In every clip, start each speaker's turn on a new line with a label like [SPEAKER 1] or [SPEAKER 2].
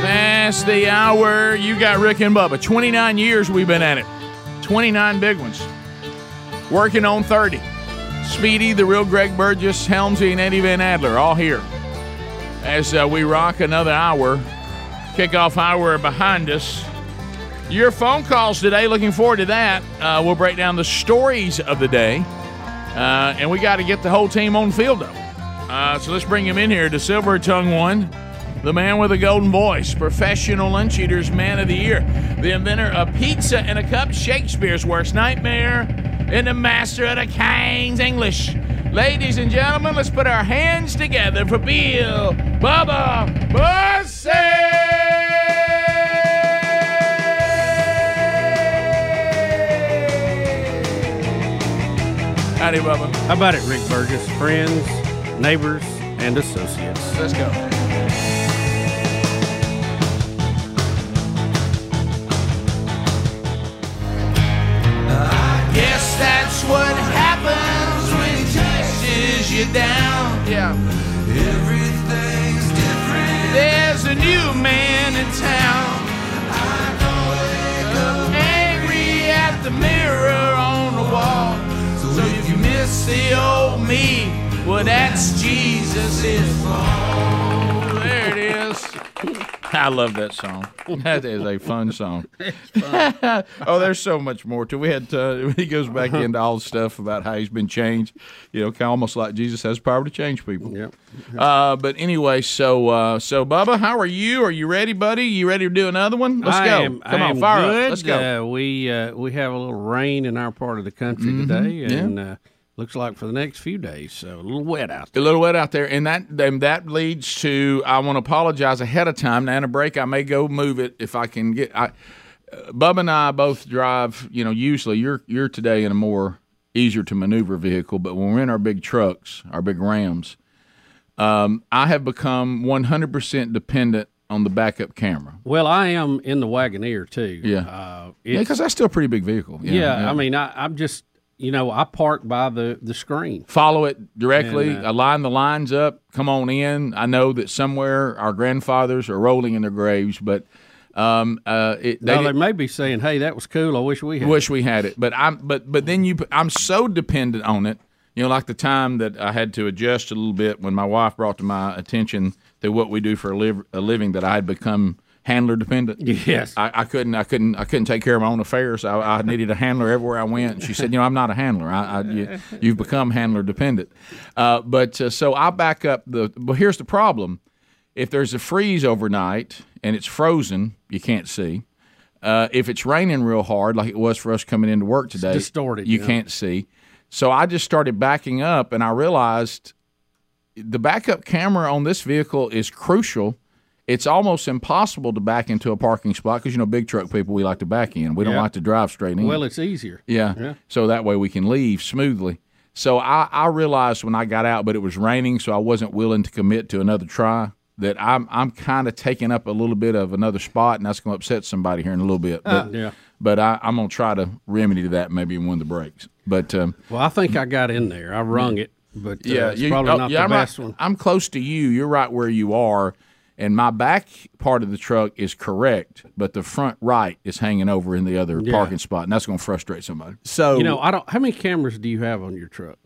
[SPEAKER 1] past the hour. You got Rick and Bubba. 29 years we've been at it, 29 big ones. Working on 30. Speedy, the real Greg Burgess, Helmsy, and Eddie Van Adler, all here. As uh, we rock another hour, kickoff hour behind us. Your phone calls today, looking forward to that. Uh, we'll break down the stories of the day. Uh, and we got to get the whole team on field, though. Uh, so let's bring him in here to Silver Tongue One, the man with a golden voice, professional lunch eater's man of the year, the inventor of pizza and a cup, Shakespeare's worst nightmare, and the master of the King's English. Ladies and gentlemen, let's put our hands together for Bill Bubba Bussey! Howdy, Bubba.
[SPEAKER 2] How about it, Rick Burgess? Friends, neighbors, and associates.
[SPEAKER 1] Let's go.
[SPEAKER 3] Guess that's what happens when he touches you down.
[SPEAKER 1] Yeah.
[SPEAKER 3] Everything's different.
[SPEAKER 1] There's a new man in town,
[SPEAKER 3] I don't wake up
[SPEAKER 1] angry at the mirror on the wall.
[SPEAKER 3] So
[SPEAKER 1] So
[SPEAKER 3] if
[SPEAKER 1] if you miss the old me, well, that's Jesus is all. There it is.
[SPEAKER 2] Uh,
[SPEAKER 1] I love that song. That is a fun song. oh, there's so much more to. it. We had uh, he goes back into all the stuff about how he's been changed. You know, kind of almost like Jesus has power to change people.
[SPEAKER 2] Yep.
[SPEAKER 1] Uh, but anyway, so uh, so Bubba, how are you? Are you ready, buddy? You ready to do another one? Let's
[SPEAKER 2] I
[SPEAKER 1] go.
[SPEAKER 2] am-
[SPEAKER 1] Come
[SPEAKER 2] I
[SPEAKER 1] on,
[SPEAKER 2] am
[SPEAKER 1] fire
[SPEAKER 2] good.
[SPEAKER 1] up. Let's go.
[SPEAKER 2] Uh, we uh, we have a little rain in our part of the country
[SPEAKER 1] Mm-hmm.
[SPEAKER 2] today, and uh, looks like for the next few days, so a little wet out
[SPEAKER 1] a
[SPEAKER 2] there.
[SPEAKER 1] little wet out there, and that then that leads to I want to apologize ahead of time. Now in a break, I may go move it if I can get. I, uh, Bub and I both drive. You know, usually you're you're today in a more easier to maneuver vehicle, but when we're in our big trucks, our big Rams, um, I have become 100 percent dependent on the backup camera.
[SPEAKER 2] Well, I am in the Wagoneer too.
[SPEAKER 1] Yeah.
[SPEAKER 2] uh,
[SPEAKER 1] Yeah,
[SPEAKER 2] it's,
[SPEAKER 1] because that's still a pretty big vehicle.
[SPEAKER 2] yeah, I mean, I, I'm just you know I park by the the screen.
[SPEAKER 1] follow it directly.
[SPEAKER 2] And, uh,
[SPEAKER 1] align the lines up. Come on in. I know that somewhere our grandfathers are rolling in their graves, but um, uh, it, they
[SPEAKER 2] Now, they
[SPEAKER 1] didn't-
[SPEAKER 2] may be saying, "Hey, that was cool. I wish we had."
[SPEAKER 1] wish we had it. But I'm but but then you I'm so dependent on it. You know, like the time that I had to adjust a little bit when my wife brought to my attention that what we do for a, liv- a living that I had become handler dependent.
[SPEAKER 2] Yes.
[SPEAKER 1] I, I couldn't I couldn't I couldn't take care of my own affairs. I, I needed a handler everywhere I went. And she said, you know, I'm not a handler. I, I you, you've become handler dependent. Uh, but uh, so I back up the. But here's the problem: if there's a freeze overnight and it's frozen, you can't see. Uh, if it's raining real hard, like it was for us coming into work today,
[SPEAKER 2] distorted,
[SPEAKER 1] You
[SPEAKER 2] yeah.
[SPEAKER 1] can't see. So I just started backing up, and I realized the backup camera on this vehicle is crucial. It's almost impossible to back into a parking spot because you know big truck people we like to back in. We don't
[SPEAKER 2] Yeah.
[SPEAKER 1] like to drive straight in.
[SPEAKER 2] well, it's easier.
[SPEAKER 1] yeah.
[SPEAKER 2] yeah.
[SPEAKER 1] So that way we can leave smoothly. So I, I realized when I got out, but it was raining, so I wasn't willing to commit to another try. That I'm I'm kind of taking up a little bit of another spot, and that's going to upset somebody here in a little bit. But,
[SPEAKER 2] yeah.
[SPEAKER 1] But I, I'm going to try to remedy that maybe in one of the breaks. But um,
[SPEAKER 2] Well, I think I got in there. I rung it, but uh,
[SPEAKER 1] yeah,
[SPEAKER 2] it's
[SPEAKER 1] you-
[SPEAKER 2] probably
[SPEAKER 1] oh,
[SPEAKER 2] not
[SPEAKER 1] yeah,
[SPEAKER 2] the
[SPEAKER 1] I'm
[SPEAKER 2] best
[SPEAKER 1] right,
[SPEAKER 2] one.
[SPEAKER 1] I'm close to you. You're right where you are, and my back part of the truck is correct, but the front right is hanging over in the other parking spot, and that's going to frustrate somebody.
[SPEAKER 4] So
[SPEAKER 2] You know, I don't. How many cameras do you have on your truck?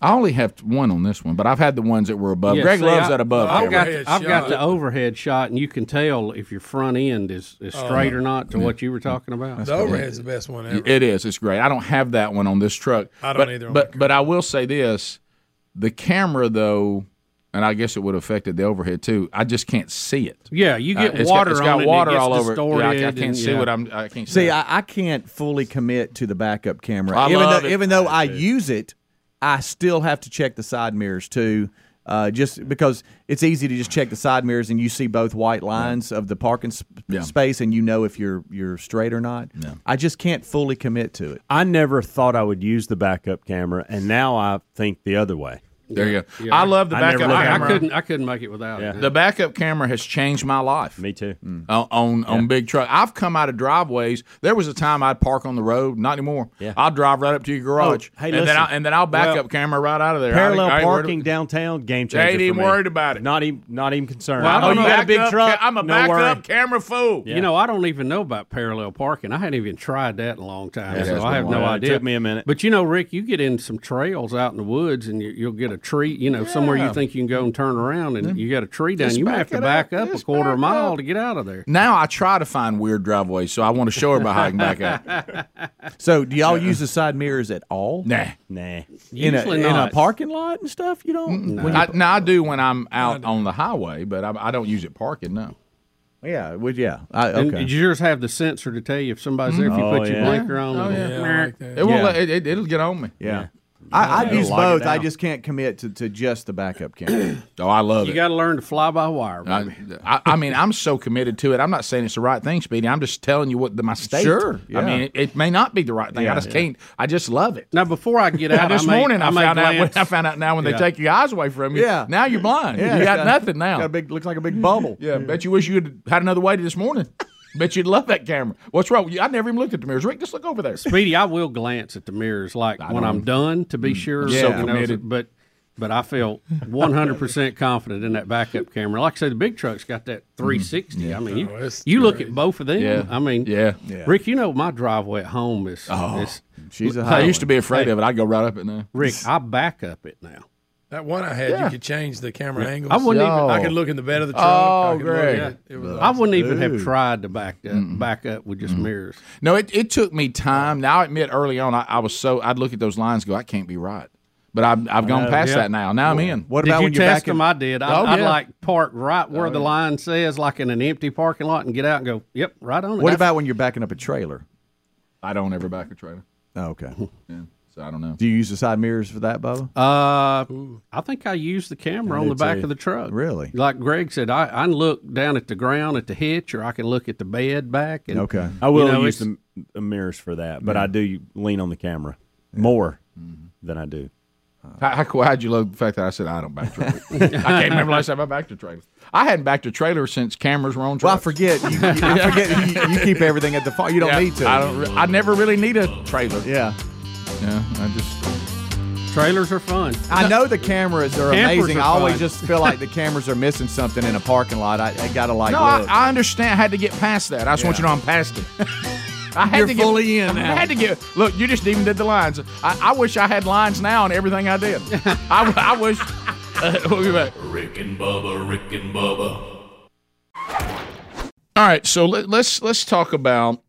[SPEAKER 1] I only have one on this one, but I've had the ones that were above.
[SPEAKER 2] Yeah,
[SPEAKER 1] Greg
[SPEAKER 2] see,
[SPEAKER 1] loves
[SPEAKER 2] I-
[SPEAKER 1] that above.
[SPEAKER 2] I've
[SPEAKER 1] camera.
[SPEAKER 2] got,
[SPEAKER 4] Overhead
[SPEAKER 2] I've got
[SPEAKER 4] shot.
[SPEAKER 2] the overhead shot, and you can tell if your front end is, is
[SPEAKER 4] Oh,
[SPEAKER 2] straight or not to what you were talking about.
[SPEAKER 4] the overhead's the best one ever.
[SPEAKER 1] It is. It's great. I don't have that one on this truck.
[SPEAKER 4] I don't
[SPEAKER 1] but,
[SPEAKER 4] either on my
[SPEAKER 1] But but I will say this: the camera though, and I guess it would have affected the overhead too. I just can't see it.
[SPEAKER 2] yeah, you
[SPEAKER 1] Uh,
[SPEAKER 2] get
[SPEAKER 1] it's got,
[SPEAKER 2] water
[SPEAKER 1] it's
[SPEAKER 2] on
[SPEAKER 1] got
[SPEAKER 2] it. and
[SPEAKER 1] water
[SPEAKER 2] it gets
[SPEAKER 1] all over. it.
[SPEAKER 2] distorted
[SPEAKER 1] Yeah, I, I can't
[SPEAKER 2] and,
[SPEAKER 1] see
[SPEAKER 2] yeah.
[SPEAKER 1] what I'm. I can't
[SPEAKER 5] See,
[SPEAKER 1] see.
[SPEAKER 5] I, I can't fully commit to the backup camera.
[SPEAKER 1] I
[SPEAKER 5] even
[SPEAKER 1] love
[SPEAKER 5] though,
[SPEAKER 1] it.
[SPEAKER 5] Even though I use it, I still have to check the side mirrors too. Uh, just because it's easy to just check the side mirrors and you see both white lines of the parking sp-
[SPEAKER 1] Yeah.
[SPEAKER 5] space and you know if you're you're straight or not. No. I just can't fully commit to it.
[SPEAKER 4] I never thought I would use the backup camera, and now I think the other way.
[SPEAKER 1] There you go. I love the
[SPEAKER 4] I never
[SPEAKER 1] backup
[SPEAKER 4] look at
[SPEAKER 2] I
[SPEAKER 1] camera.
[SPEAKER 2] couldn't. I couldn't make it without it.
[SPEAKER 1] The backup camera has changed my life.
[SPEAKER 4] Me too.
[SPEAKER 1] on on, on big truck. I've come out of driveways. There was a time I'd park on the road, not anymore.
[SPEAKER 4] Yeah.
[SPEAKER 1] I'll drive right up to your garage,
[SPEAKER 4] Oh, hey,
[SPEAKER 1] and then
[SPEAKER 4] listen.
[SPEAKER 1] I, and then I'll back
[SPEAKER 4] Well,
[SPEAKER 1] up camera right out of there.
[SPEAKER 4] Parallel
[SPEAKER 1] I- I ain't worried
[SPEAKER 4] parking
[SPEAKER 1] about-
[SPEAKER 4] downtown, game changer.
[SPEAKER 1] ain't even
[SPEAKER 4] for me.
[SPEAKER 1] worried about it.
[SPEAKER 4] Not even, not even concerned.
[SPEAKER 2] Well, I
[SPEAKER 4] oh,
[SPEAKER 2] don't
[SPEAKER 4] you
[SPEAKER 1] I'm
[SPEAKER 2] know.
[SPEAKER 4] got a
[SPEAKER 1] back
[SPEAKER 4] big
[SPEAKER 1] up-
[SPEAKER 4] truck.
[SPEAKER 1] I'm a
[SPEAKER 4] no
[SPEAKER 1] back
[SPEAKER 4] worry.
[SPEAKER 1] up camera fool.
[SPEAKER 4] Yeah.
[SPEAKER 2] You know, I don't even know about parallel parking. I hadn't even tried that in a long time, so
[SPEAKER 1] it's
[SPEAKER 2] I
[SPEAKER 1] been
[SPEAKER 2] have
[SPEAKER 1] a
[SPEAKER 2] no
[SPEAKER 4] while. It
[SPEAKER 2] idea.
[SPEAKER 4] took me a minute.
[SPEAKER 2] But you know, Rick, you get in some trails out in the woods, and you, you'll get a tree. You know, somewhere you think you can go and turn around, and you got a tree down.
[SPEAKER 1] Just
[SPEAKER 2] you might
[SPEAKER 1] back
[SPEAKER 2] have to
[SPEAKER 1] it
[SPEAKER 2] back
[SPEAKER 1] up.
[SPEAKER 2] up, a
[SPEAKER 1] Just
[SPEAKER 2] quarter
[SPEAKER 1] back
[SPEAKER 2] mile
[SPEAKER 1] up.
[SPEAKER 2] to get out of there.
[SPEAKER 1] Now I try to find weird driveways, so I want to show everybody how I can back up.
[SPEAKER 5] So do y'all use the side mirrors at all?
[SPEAKER 1] Nah,
[SPEAKER 4] Nah.
[SPEAKER 5] In a,
[SPEAKER 2] Usually
[SPEAKER 5] in a
[SPEAKER 2] not.
[SPEAKER 5] parking lot and stuff, you don't. When you-
[SPEAKER 1] I, now I do when I'm out on the highway, but I, I don't use it parking. No,
[SPEAKER 5] yeah, would Uh, yeah. I,
[SPEAKER 2] And
[SPEAKER 5] okay.
[SPEAKER 2] did yours have the sensor to tell you if somebody's there? If you
[SPEAKER 4] Oh,
[SPEAKER 2] put your
[SPEAKER 4] yeah.
[SPEAKER 2] blinker on, and-
[SPEAKER 1] it won't.
[SPEAKER 4] Yeah.
[SPEAKER 1] Let, it, it, will get on me.
[SPEAKER 5] yeah. I, I'd
[SPEAKER 4] It'll
[SPEAKER 5] use
[SPEAKER 4] lock it
[SPEAKER 5] both. I
[SPEAKER 4] down.
[SPEAKER 5] just can't commit to, to just the backup camera.
[SPEAKER 1] Oh, I love
[SPEAKER 2] you
[SPEAKER 1] it.
[SPEAKER 2] got to learn to fly by wire.
[SPEAKER 1] I, I, I mean, I'm so committed to it. I'm not saying it's the right thing, Speedy. I'm just telling you what the, my state.
[SPEAKER 5] Sure,
[SPEAKER 1] I
[SPEAKER 5] yeah.
[SPEAKER 1] mean, it, it may not be the right thing. I just can't. I just love it.
[SPEAKER 2] Now, before I get out,
[SPEAKER 1] this
[SPEAKER 2] I may-
[SPEAKER 1] morning I,
[SPEAKER 2] may
[SPEAKER 1] found out. When,
[SPEAKER 2] glance-
[SPEAKER 1] I found out now when
[SPEAKER 2] Yeah.
[SPEAKER 1] they take your eyes away from you.
[SPEAKER 5] Yeah.
[SPEAKER 1] Now you're blind. you got, nothing now.
[SPEAKER 5] Got a big, looks like a big bubble.
[SPEAKER 1] yeah. Bet you wish you had had another way to this morning. bet you'd love that camera. What's wrong? with you? I never even looked at the mirrors. Rick, just look over there.
[SPEAKER 2] Speedy, I will glance at the mirrors, like when I'm done, to be sure.
[SPEAKER 1] Mm, so
[SPEAKER 2] you know,
[SPEAKER 1] committed.
[SPEAKER 2] but but I feel 100 percent confident in that backup camera. Like I said, the big truck's got that 360. I mean, you,
[SPEAKER 6] that's
[SPEAKER 2] you look at both of them.
[SPEAKER 1] Mm-hmm. Yeah.
[SPEAKER 2] I mean,
[SPEAKER 1] Yeah. Oh,
[SPEAKER 2] Rick, you know my driveway at home is. is
[SPEAKER 5] She's a
[SPEAKER 1] I
[SPEAKER 5] high.
[SPEAKER 1] used to be afraid of it. I'd go right up it now.
[SPEAKER 2] Rick, I back up it now.
[SPEAKER 6] That one I had, you could change the camera angles.
[SPEAKER 2] I wouldn't even-
[SPEAKER 6] I could look in the bed of the truck.
[SPEAKER 1] Oh,
[SPEAKER 6] I could look
[SPEAKER 1] great.
[SPEAKER 6] at- It was
[SPEAKER 2] I wouldn't even have tried to back up, back up with just mirrors.
[SPEAKER 1] No, it, it took me time. Now, I admit early on, I, I was so I'd look at those lines, and go, I can't be right. But I've, I've gone past
[SPEAKER 2] yeah.
[SPEAKER 1] that now. Now I'm in.
[SPEAKER 5] What
[SPEAKER 2] did
[SPEAKER 5] about
[SPEAKER 2] you
[SPEAKER 5] when you're
[SPEAKER 2] test
[SPEAKER 5] back
[SPEAKER 2] them? I did. I,
[SPEAKER 1] Oh,
[SPEAKER 2] I'd
[SPEAKER 1] yeah.
[SPEAKER 2] like park right where the line says, like in an empty parking lot, and get out and go. Yep, right on it.
[SPEAKER 5] What about when you're backing up a trailer?
[SPEAKER 1] I don't ever back a trailer,
[SPEAKER 5] Oh, okay.
[SPEAKER 1] so I don't know.
[SPEAKER 5] Do you use the side mirrors for that, Bubba?
[SPEAKER 2] Uh, I think I used the camera on the back of the truck.
[SPEAKER 5] Really?
[SPEAKER 2] Like Greg said, I, I can look down at the ground at the hitch, or I can look at the bed back. And
[SPEAKER 5] okay.
[SPEAKER 4] I will
[SPEAKER 2] You know,
[SPEAKER 4] use
[SPEAKER 2] it's-
[SPEAKER 4] the, the mirrors for that, but I do lean on the camera more than I do.
[SPEAKER 1] Mm-hmm. How, how cool- how'd you love the fact that I said I don't back trailer? I can't remember last time I backed a trailer. I hadn't backed a trailer since cameras were on.
[SPEAKER 5] Well, I
[SPEAKER 1] Trucks.
[SPEAKER 5] forget. You, you, I forget. You, you keep everything at the farm. You don't
[SPEAKER 1] Yeah,
[SPEAKER 5] need to.
[SPEAKER 1] I don't. Re- I never really need a trailer.
[SPEAKER 5] yeah.
[SPEAKER 1] Yeah, I just.
[SPEAKER 2] trailers are fun.
[SPEAKER 5] I know the cameras are
[SPEAKER 2] Campers
[SPEAKER 5] amazing.
[SPEAKER 2] are
[SPEAKER 5] I always
[SPEAKER 2] fun.
[SPEAKER 5] just feel like the cameras are missing something in a parking lot. I, I gotta like
[SPEAKER 1] No, I,
[SPEAKER 5] look.
[SPEAKER 1] I understand. I had to get past that. I just want you to know I'm past it. I had
[SPEAKER 5] You're
[SPEAKER 1] to get,
[SPEAKER 5] fully in
[SPEAKER 1] I
[SPEAKER 5] now.
[SPEAKER 1] had to get. Look, you just even did the lines. I, I wish I had lines now on everything I did. I, I wish. Uh, we'll be back.
[SPEAKER 7] Rick and Bubba, Rick and Bubba,
[SPEAKER 1] All right, so let, let's let's talk about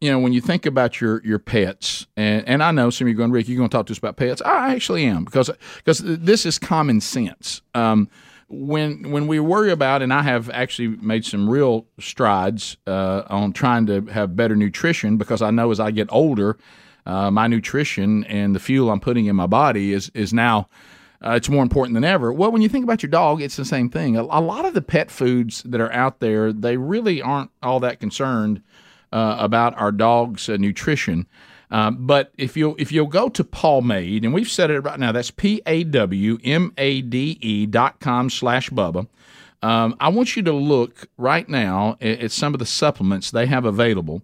[SPEAKER 1] you know when you think about your your pets, and, and I know some of you are going, Rick, you're going to talk to us about pets. I actually am because because this is common sense. Um, when when we worry about, and I have actually made some real strides uh, on trying to have better nutrition because I know as I get older, uh, my nutrition and the fuel I'm putting in my body is is now uh, it's more important than ever. Well, when you think about your dog, it's the same thing. A, a lot of the pet foods that are out there, they really aren't all that concerned uh, about our dog's uh, nutrition. Um, but if you if you'll go to Palmade, and we've said it right now, that's p a w m a d e dot com slash bubba. Um, I want you to look right now at, at some of the supplements they have available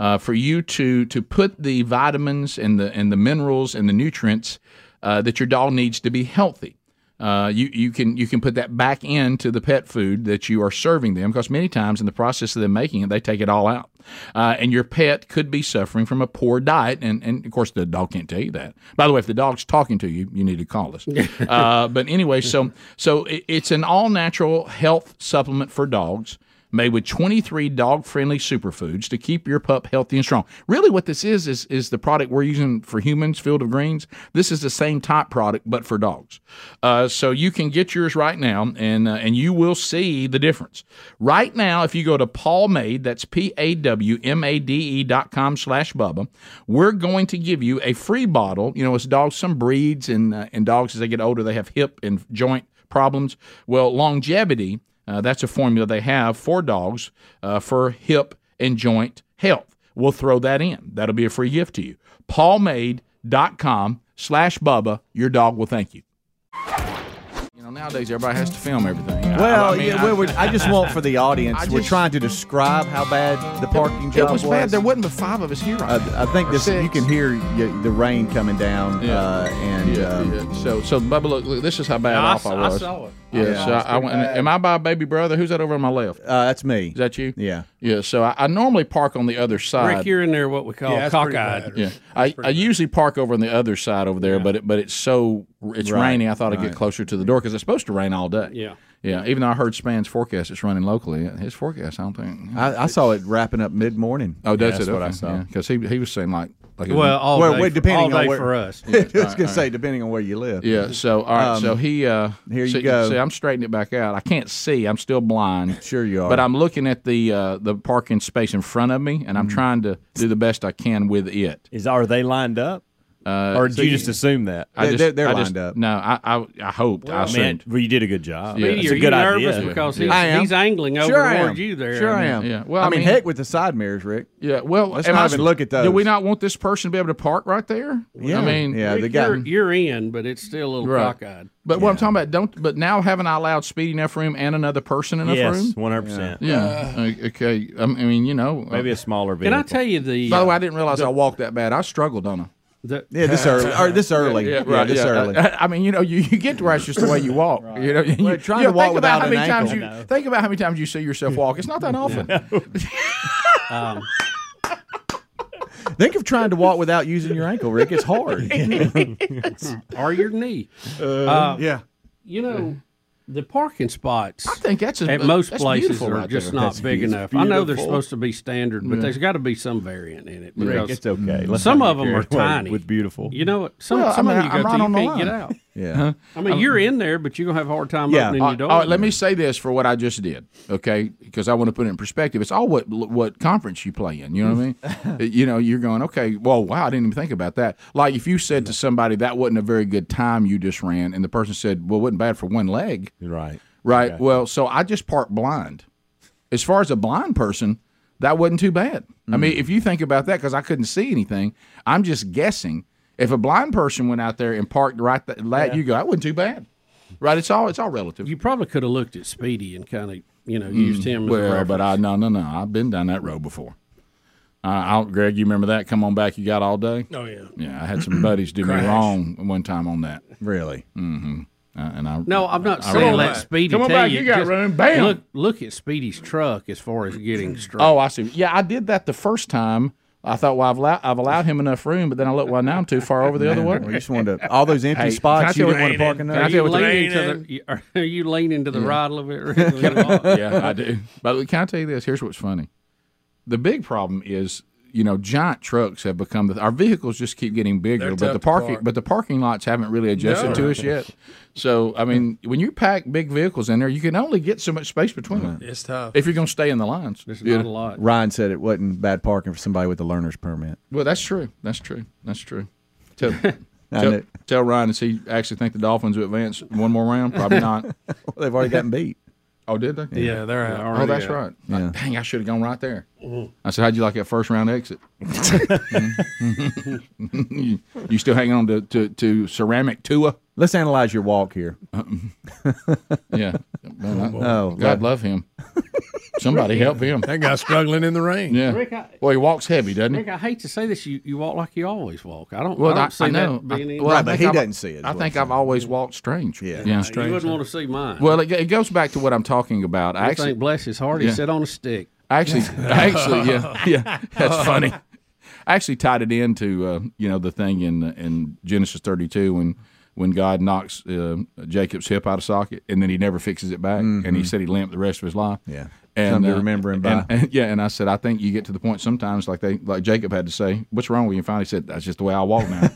[SPEAKER 1] uh, for you to to put the vitamins and the and the minerals and the nutrients uh, that your dog needs to be healthy. Uh, you you can you can put that back into the pet food that you are serving them because many times in the process of them making it they take it all out, uh, and your pet could be suffering from a poor diet and and of course the dog can't tell you that. By the way, if the dog's talking to you, you need to call us. uh, but anyway, so so it, it's an all natural health supplement for dogs made with 23 dog-friendly superfoods to keep your pup healthy and strong. Really what this is is is the product we're using for humans, Field of Greens. This is the same type product but for dogs. Uh, so you can get yours right now and uh, and you will see the difference. Right now if you go to Palmade, that's P A W M A D E dot com slash Bubba, we're going to give you a free bottle. You know, as dogs, some breeds and uh, and dogs as they get older, they have hip and joint problems. Well, longevity, uh, that's a formula they have for dogs uh, for hip and joint health. We'll throw that in. That'll be a free gift to you. Palmade.com slash Bubba. Your dog will thank you. You know, nowadays everybody has to film everything. I-
[SPEAKER 5] Well,
[SPEAKER 1] I mean,
[SPEAKER 5] yeah,
[SPEAKER 1] I-
[SPEAKER 5] we we're, I just want for the audience,
[SPEAKER 1] I
[SPEAKER 5] we're
[SPEAKER 1] just-
[SPEAKER 5] trying to describe how bad the parking
[SPEAKER 1] it
[SPEAKER 5] job
[SPEAKER 1] was bad. There wouldn't be five of us here. I
[SPEAKER 5] I, I think
[SPEAKER 1] Or
[SPEAKER 5] this you
[SPEAKER 1] six.
[SPEAKER 5] can hear y- the rain coming down,
[SPEAKER 1] Yeah.
[SPEAKER 5] uh, and um,
[SPEAKER 1] So, so Bubba, look, look, this is how bad off I, was.
[SPEAKER 2] it.
[SPEAKER 1] Yeah, so I, I went. Am I by baby brother? Who's that over on my left? Is
[SPEAKER 5] uh, that's me.
[SPEAKER 1] that you?
[SPEAKER 5] yeah,
[SPEAKER 1] Yeah. So I, I normally park on the other side.
[SPEAKER 2] Rick, you're in there what we call
[SPEAKER 6] Yeah, that's pretty
[SPEAKER 2] cockeyed.
[SPEAKER 6] bad.
[SPEAKER 1] yeah, I, I usually park over on the other side over there, but it, but it's so it's
[SPEAKER 5] Right,
[SPEAKER 1] raining. I thought I'd get closer to the door because it's supposed to rain all day.
[SPEAKER 2] Yeah.
[SPEAKER 1] yeah. Even though I heard Span's forecast, it's running locally. His forecast, I don't think.
[SPEAKER 5] I, I saw it wrapping up mid morning.
[SPEAKER 1] oh, does
[SPEAKER 4] that's
[SPEAKER 1] it?
[SPEAKER 4] what I saw.
[SPEAKER 1] Because he he was saying like like it was-
[SPEAKER 2] Well, all
[SPEAKER 5] Well,
[SPEAKER 2] day,
[SPEAKER 5] wait,
[SPEAKER 2] for-
[SPEAKER 5] depending
[SPEAKER 2] all
[SPEAKER 5] on
[SPEAKER 2] day
[SPEAKER 5] where-
[SPEAKER 2] for us.
[SPEAKER 5] I was gonna say, depending on where you live. Um,
[SPEAKER 1] Yeah. So all right. so he. Uh,
[SPEAKER 5] here you
[SPEAKER 1] see,
[SPEAKER 5] go.
[SPEAKER 1] See, I'm straightening it back out. I can't see. I'm still blind.
[SPEAKER 5] Sure you are.
[SPEAKER 1] But I'm looking at the uh, the parking space in front of me, and
[SPEAKER 5] Mm-hmm.
[SPEAKER 1] I'm trying to do the best I can with it. Uh,
[SPEAKER 4] Is are they lined up? or did you just assume that?
[SPEAKER 1] I
[SPEAKER 5] They-
[SPEAKER 1] just,
[SPEAKER 5] they're- they're
[SPEAKER 1] I just-
[SPEAKER 5] lined up.
[SPEAKER 1] No, I I, I hoped. I assumed.
[SPEAKER 4] Man, well, you did a good job.
[SPEAKER 1] Yeah.
[SPEAKER 2] Petey,
[SPEAKER 4] It's
[SPEAKER 2] are
[SPEAKER 4] a
[SPEAKER 2] you
[SPEAKER 4] good
[SPEAKER 2] nervous
[SPEAKER 4] idea.
[SPEAKER 2] because
[SPEAKER 1] Yeah.
[SPEAKER 2] he's,
[SPEAKER 5] I am.
[SPEAKER 2] he's angling over
[SPEAKER 5] Sure I am.
[SPEAKER 2] toward you there.
[SPEAKER 5] Sure I
[SPEAKER 2] mean,
[SPEAKER 5] am.
[SPEAKER 1] Yeah, well,
[SPEAKER 5] I,
[SPEAKER 1] I
[SPEAKER 5] mean,
[SPEAKER 1] mean-
[SPEAKER 5] heck with the side mirrors, Rick.
[SPEAKER 1] yeah. Well,
[SPEAKER 5] Let's
[SPEAKER 1] am
[SPEAKER 5] not
[SPEAKER 1] I-
[SPEAKER 5] even look at
[SPEAKER 1] Do we
[SPEAKER 5] those.
[SPEAKER 1] not want this person to be able to park right there? I mean,
[SPEAKER 5] yeah, the
[SPEAKER 2] Rick,
[SPEAKER 5] guy.
[SPEAKER 2] you're, you're in, but it's still a little
[SPEAKER 1] Right.
[SPEAKER 2] cockeyed.
[SPEAKER 1] But what I'm talking about, don't. But now haven't I allowed speed enough room and another person enough
[SPEAKER 4] Yes,
[SPEAKER 1] room?
[SPEAKER 4] one hundred percent.
[SPEAKER 1] Yeah. Uh, okay. I mean, you know. uh,
[SPEAKER 4] Maybe a smaller
[SPEAKER 2] Can
[SPEAKER 4] vehicle.
[SPEAKER 2] I tell you the?
[SPEAKER 1] by the way, I didn't realize I walked that bad. I struggled, don't I?
[SPEAKER 2] the-
[SPEAKER 5] Yeah, this early. Or this early. Yeah,
[SPEAKER 1] right,
[SPEAKER 5] this
[SPEAKER 1] yeah.
[SPEAKER 5] early.
[SPEAKER 1] I, I mean, you know, you, you get to rest just the way you walk. You know, you,
[SPEAKER 5] Well, trying
[SPEAKER 1] you
[SPEAKER 5] to
[SPEAKER 1] know,
[SPEAKER 5] walk
[SPEAKER 1] think about
[SPEAKER 5] without
[SPEAKER 1] how
[SPEAKER 5] an
[SPEAKER 1] many times
[SPEAKER 5] ankle.
[SPEAKER 1] you think about how many times you see yourself walk. It's not that often.
[SPEAKER 5] Think of trying to walk without using your ankle, Rick. It's hard.
[SPEAKER 2] or your knee.
[SPEAKER 1] Uh,
[SPEAKER 5] yeah.
[SPEAKER 2] Um, You know, the parking spots.
[SPEAKER 1] I think that's a,
[SPEAKER 2] at most
[SPEAKER 1] that's
[SPEAKER 2] places
[SPEAKER 1] beautiful
[SPEAKER 2] are
[SPEAKER 1] right
[SPEAKER 2] just
[SPEAKER 1] there.
[SPEAKER 2] not
[SPEAKER 1] That's
[SPEAKER 2] big
[SPEAKER 1] beautiful.
[SPEAKER 2] enough. I know they're
[SPEAKER 1] Beautiful.
[SPEAKER 2] supposed to be standard, but there's got to be some variant in it.
[SPEAKER 4] Rick,
[SPEAKER 2] Because,
[SPEAKER 4] it's
[SPEAKER 1] Mm.
[SPEAKER 4] okay. Let's
[SPEAKER 2] Some
[SPEAKER 4] not
[SPEAKER 2] of
[SPEAKER 4] get
[SPEAKER 2] 'em are
[SPEAKER 4] carried away
[SPEAKER 2] tiny.
[SPEAKER 4] with beautiful.
[SPEAKER 2] you know, some,
[SPEAKER 1] Well, I
[SPEAKER 2] some
[SPEAKER 1] mean,
[SPEAKER 2] of you go
[SPEAKER 1] I'm
[SPEAKER 2] to,
[SPEAKER 1] right
[SPEAKER 2] you
[SPEAKER 1] on the
[SPEAKER 2] can't get
[SPEAKER 1] line.
[SPEAKER 2] out.
[SPEAKER 5] Yeah.
[SPEAKER 2] I mean, you're in there, but you're gonna have a hard time
[SPEAKER 5] Yeah.
[SPEAKER 2] opening
[SPEAKER 1] All
[SPEAKER 2] your door.
[SPEAKER 1] all right, let me say this for what I just did, okay? Because I want to put it in perspective. It's all what what conference you play in. You know what I mean? you know, you're going, okay, well, wow, I didn't even think about that. Like if you said to somebody that wasn't a very good time you just ran, and the person said, well, it wasn't bad for one leg.
[SPEAKER 4] Right.
[SPEAKER 1] Right. Well, so I just parked blind. As far as a blind person, that wasn't too bad. I mean, if you think about that, because I couldn't see anything, I'm just guessing. If a blind person went out there and parked right that, that you go, that wasn't too bad. Right. It's all it's all relative.
[SPEAKER 2] You probably could have looked at Speedy and kind of, you know, used him.
[SPEAKER 1] Mm,
[SPEAKER 2] As a
[SPEAKER 1] well,
[SPEAKER 2] reference.
[SPEAKER 1] but I no no no. I've been down that road before. I, I don't, Greg, you remember that? Come on back. You got all day.
[SPEAKER 6] Oh yeah.
[SPEAKER 1] Yeah, I had some buddies do me wrong one time on that,
[SPEAKER 5] Really.
[SPEAKER 1] uh, and I
[SPEAKER 2] no, I'm not saying
[SPEAKER 1] on
[SPEAKER 2] let
[SPEAKER 1] back.
[SPEAKER 2] Speedy
[SPEAKER 1] Come on
[SPEAKER 2] tell
[SPEAKER 1] back,
[SPEAKER 2] you.
[SPEAKER 1] you got
[SPEAKER 2] Just
[SPEAKER 1] room. Bam.
[SPEAKER 2] Look, look at Speedy's truck as far as getting straight.
[SPEAKER 1] Oh, I see. Yeah, I did that the first time. I thought, well, I've, allow- I've allowed him enough room, but then I looked, well, now I'm too far over the other
[SPEAKER 5] We
[SPEAKER 1] way.
[SPEAKER 5] just wanted to, all those empty
[SPEAKER 1] Hey, can I
[SPEAKER 5] spots you
[SPEAKER 1] tell
[SPEAKER 5] didn't
[SPEAKER 1] you-
[SPEAKER 5] want to park in
[SPEAKER 1] Can I
[SPEAKER 2] Are
[SPEAKER 5] there.
[SPEAKER 1] tell you
[SPEAKER 2] you,
[SPEAKER 1] what the-
[SPEAKER 2] leaning to the, are are you leaning to the right a little bit? Rick?
[SPEAKER 1] yeah, I do. But can I tell you this? Here's what's funny. The big problem is, you know, giant trucks have become the, our vehicles just keep getting bigger,
[SPEAKER 6] They're
[SPEAKER 1] but
[SPEAKER 6] tough
[SPEAKER 1] the
[SPEAKER 6] to
[SPEAKER 1] parking
[SPEAKER 6] park.
[SPEAKER 1] but the parking lots haven't really adjusted
[SPEAKER 6] No.
[SPEAKER 1] to us yet. So I mean, when you pack big vehicles in there, you can only get so much space between them
[SPEAKER 6] It's tough.
[SPEAKER 1] if you're going to stay in the lines.
[SPEAKER 2] There's
[SPEAKER 1] you
[SPEAKER 2] not a
[SPEAKER 1] know.
[SPEAKER 2] lot.
[SPEAKER 5] Ryan said it wasn't bad parking for somebody with a learner's permit.
[SPEAKER 1] Well, that's true. That's true. That's true. Tell,
[SPEAKER 5] I
[SPEAKER 1] tell,
[SPEAKER 5] know.
[SPEAKER 1] tell Ryan, does he actually think the Dolphins will advance one more round? Probably not.
[SPEAKER 5] Well, they've already gotten beat.
[SPEAKER 1] Oh, did they?
[SPEAKER 6] yeah, they're out.
[SPEAKER 1] Oh, that's right. Like,
[SPEAKER 5] Yeah.
[SPEAKER 1] dang, I should have gone right there.
[SPEAKER 2] Mm-hmm.
[SPEAKER 1] I said, "How'd you like that first round exit? you, you still hanging on to, to, to ceramic Tua?
[SPEAKER 5] Let's analyze your walk here.
[SPEAKER 1] Yeah. Man, I-
[SPEAKER 5] Oh,
[SPEAKER 1] God love him. Somebody help him.
[SPEAKER 6] That guy's struggling in the rain.
[SPEAKER 1] Yeah.
[SPEAKER 2] Rick, I-
[SPEAKER 1] well, he walks heavy, doesn't he?
[SPEAKER 2] Rick, I hate to say this. You, you walk like you always walk. I don't.
[SPEAKER 1] Well,
[SPEAKER 2] I don't
[SPEAKER 1] I,
[SPEAKER 2] see
[SPEAKER 1] I know.
[SPEAKER 2] that being
[SPEAKER 1] I-
[SPEAKER 2] any-
[SPEAKER 1] well, I
[SPEAKER 5] but
[SPEAKER 1] think
[SPEAKER 5] he
[SPEAKER 1] I've-
[SPEAKER 5] doesn't see it, is
[SPEAKER 1] I
[SPEAKER 5] what
[SPEAKER 1] think
[SPEAKER 5] I'm
[SPEAKER 1] I've always walked strange. Yeah.
[SPEAKER 2] you wouldn't want to see mine.
[SPEAKER 1] Well, it, it goes back to what I'm talking about. I
[SPEAKER 2] I
[SPEAKER 1] actually,
[SPEAKER 2] think bless his heart,
[SPEAKER 1] Yeah.
[SPEAKER 2] he sat on a stick.
[SPEAKER 1] Actually, actually, yeah, yeah, that's funny. I actually tied it into uh, you know the thing in in Genesis 32 when when God knocks uh, Jacob's hip out of socket and then he never fixes it back and he said he limped the rest of his life.
[SPEAKER 5] Mm-hmm. Yeah.
[SPEAKER 1] and uh,
[SPEAKER 5] Something to remember him by.
[SPEAKER 1] and- and- yeah, and I said I think you get to the point sometimes like they like Jacob had to say, "What's wrong with you?" And finally said, "That's just the way I walk now."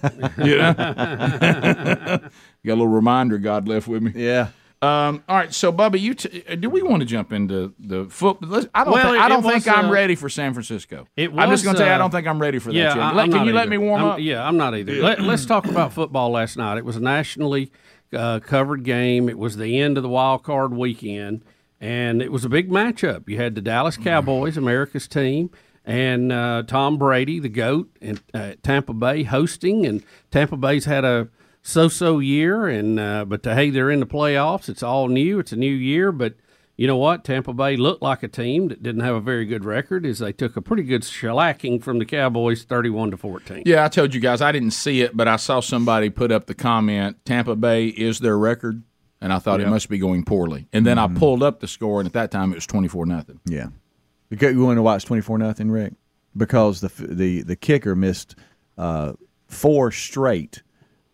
[SPEAKER 1] you know, got a little reminder God left with me.
[SPEAKER 5] Yeah.
[SPEAKER 1] Um, all right, so Bubba, you t- uh, do we want to jump into the football? Let's- I don't.
[SPEAKER 2] Well,
[SPEAKER 1] think, I
[SPEAKER 2] it- it
[SPEAKER 1] don't think
[SPEAKER 2] was,
[SPEAKER 1] I'm
[SPEAKER 2] uh,
[SPEAKER 1] ready for San Francisco.
[SPEAKER 2] it
[SPEAKER 1] I'm just
[SPEAKER 2] was,
[SPEAKER 1] going to tell you, I
[SPEAKER 2] uh,
[SPEAKER 1] don't think I'm ready for that. yet.
[SPEAKER 2] I-
[SPEAKER 1] Let-
[SPEAKER 2] I'm
[SPEAKER 1] can
[SPEAKER 2] not
[SPEAKER 1] you let
[SPEAKER 2] either.
[SPEAKER 1] me warm
[SPEAKER 2] I'm-
[SPEAKER 1] up?
[SPEAKER 2] Yeah, I'm not either. Let, us talk about football last night. It was a nationally uh, covered game. It was the end of the wild card weekend, and it was a big matchup. You had the Dallas
[SPEAKER 1] Mm.
[SPEAKER 2] Cowboys, America's team, and uh, Tom Brady, the goat, and uh, Tampa Bay hosting. And Tampa Bay's had a so-so year, and uh, but hey, they're in the playoffs. It's all new. It's a new year, but you know what? Tampa Bay looked like a team that didn't have a very good record, as they took a pretty good shellacking from the Cowboys, thirty-one to fourteen.
[SPEAKER 1] Yeah, I told you guys I didn't see it, but I saw somebody put up the comment Tampa Bay is their record, and I thought it must be going poorly. And then
[SPEAKER 5] Mm-hmm.
[SPEAKER 1] I pulled up the score, and at that time it was 24 nothing.
[SPEAKER 5] Yeah, because you want to watch twenty four nothing, Rick, because the f- the the kicker missed uh, four straight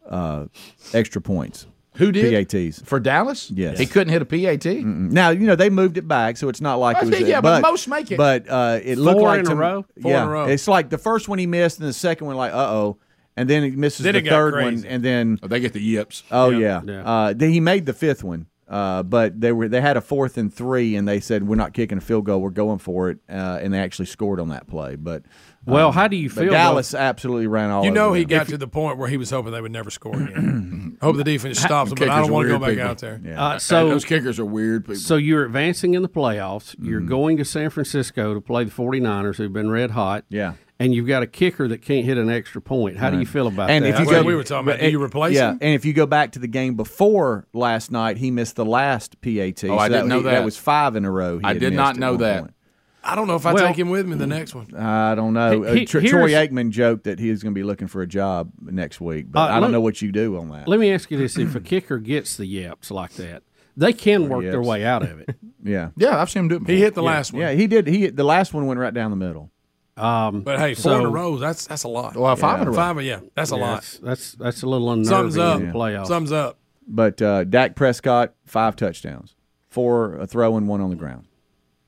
[SPEAKER 5] uh, extra points.
[SPEAKER 1] Who did?
[SPEAKER 5] PATs?
[SPEAKER 1] For Dallas?
[SPEAKER 5] Yes.
[SPEAKER 1] He couldn't hit a PAT?
[SPEAKER 5] Now you know they moved it back, so it's not like
[SPEAKER 1] I
[SPEAKER 5] it was.
[SPEAKER 1] see,
[SPEAKER 5] a-
[SPEAKER 1] yeah, but most make it.
[SPEAKER 5] But uh, it looked
[SPEAKER 2] Four
[SPEAKER 5] like
[SPEAKER 2] in a
[SPEAKER 5] to-
[SPEAKER 2] row?
[SPEAKER 6] Four
[SPEAKER 5] yeah,
[SPEAKER 6] in a row.
[SPEAKER 5] It's like the first one he missed, and the second one like uh oh, and then he misses
[SPEAKER 6] Then
[SPEAKER 5] the
[SPEAKER 6] it got
[SPEAKER 5] third one,
[SPEAKER 6] crazy.
[SPEAKER 5] and then
[SPEAKER 1] Oh, they get the yips.
[SPEAKER 5] oh yeah,
[SPEAKER 2] yeah.
[SPEAKER 5] Uh, then he made the fifth one. Uh, but they were they had a fourth and three, and they said we're not kicking a field goal, we're going for it, uh, and they actually scored on that play. But um,
[SPEAKER 2] Well, how do you
[SPEAKER 5] But
[SPEAKER 2] feel?
[SPEAKER 5] Dallas absolutely ran all.
[SPEAKER 6] You
[SPEAKER 5] over
[SPEAKER 6] know he
[SPEAKER 5] them.
[SPEAKER 6] got to the point where he was hoping they would never score again. Hope the defense stops him, but I
[SPEAKER 1] Kickers
[SPEAKER 6] don't
[SPEAKER 1] are
[SPEAKER 6] want to go
[SPEAKER 1] weird
[SPEAKER 6] back
[SPEAKER 1] people.
[SPEAKER 6] out there.
[SPEAKER 2] though? Uh, so
[SPEAKER 1] Those kickers are weird Mm-hmm. people.
[SPEAKER 2] So you're advancing in the playoffs. You're going to San Francisco to play the 49ers, who've been red hot.
[SPEAKER 5] Yeah.
[SPEAKER 2] And you've got a kicker that can't hit an extra point. How do you feel about
[SPEAKER 5] And
[SPEAKER 2] that?
[SPEAKER 5] if you
[SPEAKER 6] That's
[SPEAKER 5] go,
[SPEAKER 6] what we were talking about. Do you replace
[SPEAKER 5] yeah,
[SPEAKER 6] him?
[SPEAKER 5] and if you go back to the game before last night, he missed the last PAT. Oh,
[SPEAKER 1] I didn't know that.
[SPEAKER 5] was five in a row. he
[SPEAKER 1] I
[SPEAKER 5] had
[SPEAKER 1] did
[SPEAKER 5] missed
[SPEAKER 1] not
[SPEAKER 5] at
[SPEAKER 1] know
[SPEAKER 5] one
[SPEAKER 1] that.
[SPEAKER 5] point.
[SPEAKER 6] I don't know if I
[SPEAKER 2] Well-
[SPEAKER 6] take him with me the next one.
[SPEAKER 5] I don't know.
[SPEAKER 2] He- he-
[SPEAKER 5] Uh, Tro- Troy
[SPEAKER 2] here's-
[SPEAKER 5] Aikman joked that he is going to be looking for a job next week, but
[SPEAKER 2] Uh,
[SPEAKER 5] I don't
[SPEAKER 2] let-
[SPEAKER 5] know what you do on that.
[SPEAKER 2] Let me ask you this: If a kicker gets the yips like that, they can work their
[SPEAKER 5] yips.
[SPEAKER 2] way out of it.
[SPEAKER 5] yeah,
[SPEAKER 1] yeah, I've seen him do it before.
[SPEAKER 6] He hit the last one.
[SPEAKER 5] yeah, he did. He the last one went right down the middle.
[SPEAKER 6] But hey, four in a
[SPEAKER 2] Um, So-
[SPEAKER 6] row, that's that's a lot.
[SPEAKER 1] Well, five in a row.
[SPEAKER 6] Five, yeah, that's a lot.
[SPEAKER 2] that's, that's that's a little unnerving
[SPEAKER 6] Sums up.
[SPEAKER 2] in the playoffs.
[SPEAKER 6] Sums up.
[SPEAKER 5] But uh, Dak Prescott five touchdowns, four a throw and one on the ground.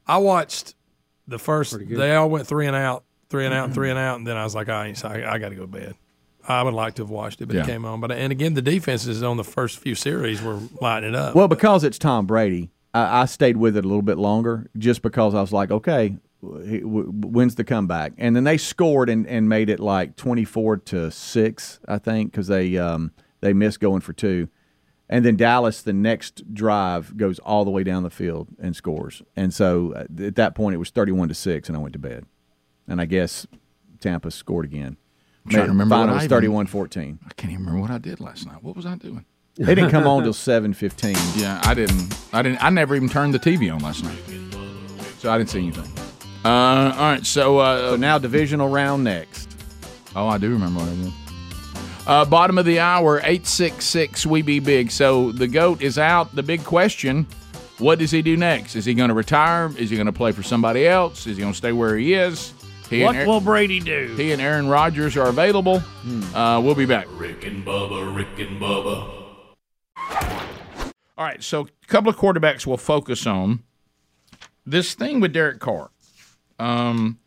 [SPEAKER 6] I watched the first. They all went three and out, three and out,
[SPEAKER 1] Mm-hmm.
[SPEAKER 6] three and out, and then I was like, I ain't, I, I got to go to bed. I would like to have watched it, but
[SPEAKER 1] Yeah.
[SPEAKER 6] it came on. But and again, the defenses on the first few series were lighting it up.
[SPEAKER 5] Well, because it's Tom Brady, I, I stayed with it a little bit longer just because I was like, okay, w- he- w- when's the comeback? And then they scored and, and made it like 24 to 6, I think, because they, um, they missed going for two. And then Dallas, the next drive, goes all the way down the field and scores. And so uh, at that point, it was 31 to 6, and I went to bed. And I guess Tampa scored again.
[SPEAKER 1] I'm trying to remember
[SPEAKER 5] Final
[SPEAKER 1] what I
[SPEAKER 5] was
[SPEAKER 1] even-
[SPEAKER 5] 31 14.
[SPEAKER 1] I can't even remember what I did last night. What was I doing?
[SPEAKER 5] They didn't come on till 7 15.
[SPEAKER 1] Yeah, I didn't. I didn't. I never even turned the TV on last night, so I didn't see anything. Uh, all right. So, uh,
[SPEAKER 5] So now divisional round next.
[SPEAKER 1] oh, I do remember what I did. Uh, bottom of the hour, eight six six. We be big. So the goat is out. The big question: What does he do next? Is he going to retire? Is he going to play for somebody else? Is he going to stay where he is? He and
[SPEAKER 2] what
[SPEAKER 1] Aaron,
[SPEAKER 2] will Brady do?
[SPEAKER 1] he and Aaron Rodgers are available.
[SPEAKER 5] Hmm.
[SPEAKER 1] Uh, we'll be back.
[SPEAKER 7] Rick and Bubba, Rick and Bubba,
[SPEAKER 1] All right, so a couple of quarterbacks we'll focus on. This thing with Derek Carr, um,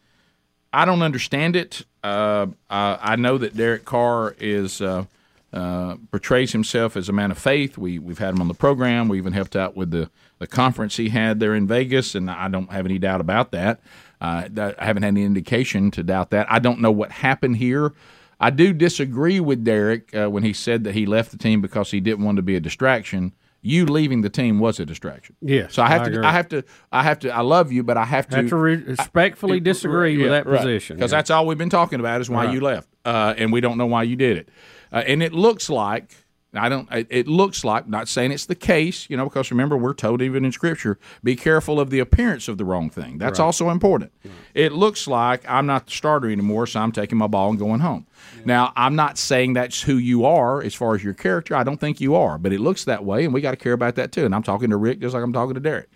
[SPEAKER 1] I don't understand it. Uh, I, I know that Derek Carr is uh, uh, portrays himself as a man of faith. We we've had him on the program. We even helped out with the the conference he had there in Vegas, and I don't have any doubt about that. Uh, that- I haven't had any indication to doubt that. I don't know what happened here. I do disagree with Derek uh, when he said that he left the team because he didn't want to be a distraction. You leaving the team was a distraction.
[SPEAKER 2] Yes,
[SPEAKER 1] So I have
[SPEAKER 2] I
[SPEAKER 1] to.
[SPEAKER 2] agree.
[SPEAKER 1] I have to. I have to. I love you, but I have to.
[SPEAKER 2] I have to re- respectfully disagree with that position.
[SPEAKER 1] Because
[SPEAKER 2] Yeah.
[SPEAKER 1] that's all we've been talking about is why you left, uh, and we don't know why you did it. Uh, and it looks like I don't. It, it looks like not saying it's the case, you know, because remember we're told even in Scripture, be careful of the appearance of the wrong thing. That's also important. It looks like I'm not the starter anymore, so I'm taking my ball and going home. Now I'm not saying that's who you are as far as your character. I don't think you are, but it looks that way, and we got to care about that too. And I'm talking to Rick just like I'm talking to Derek.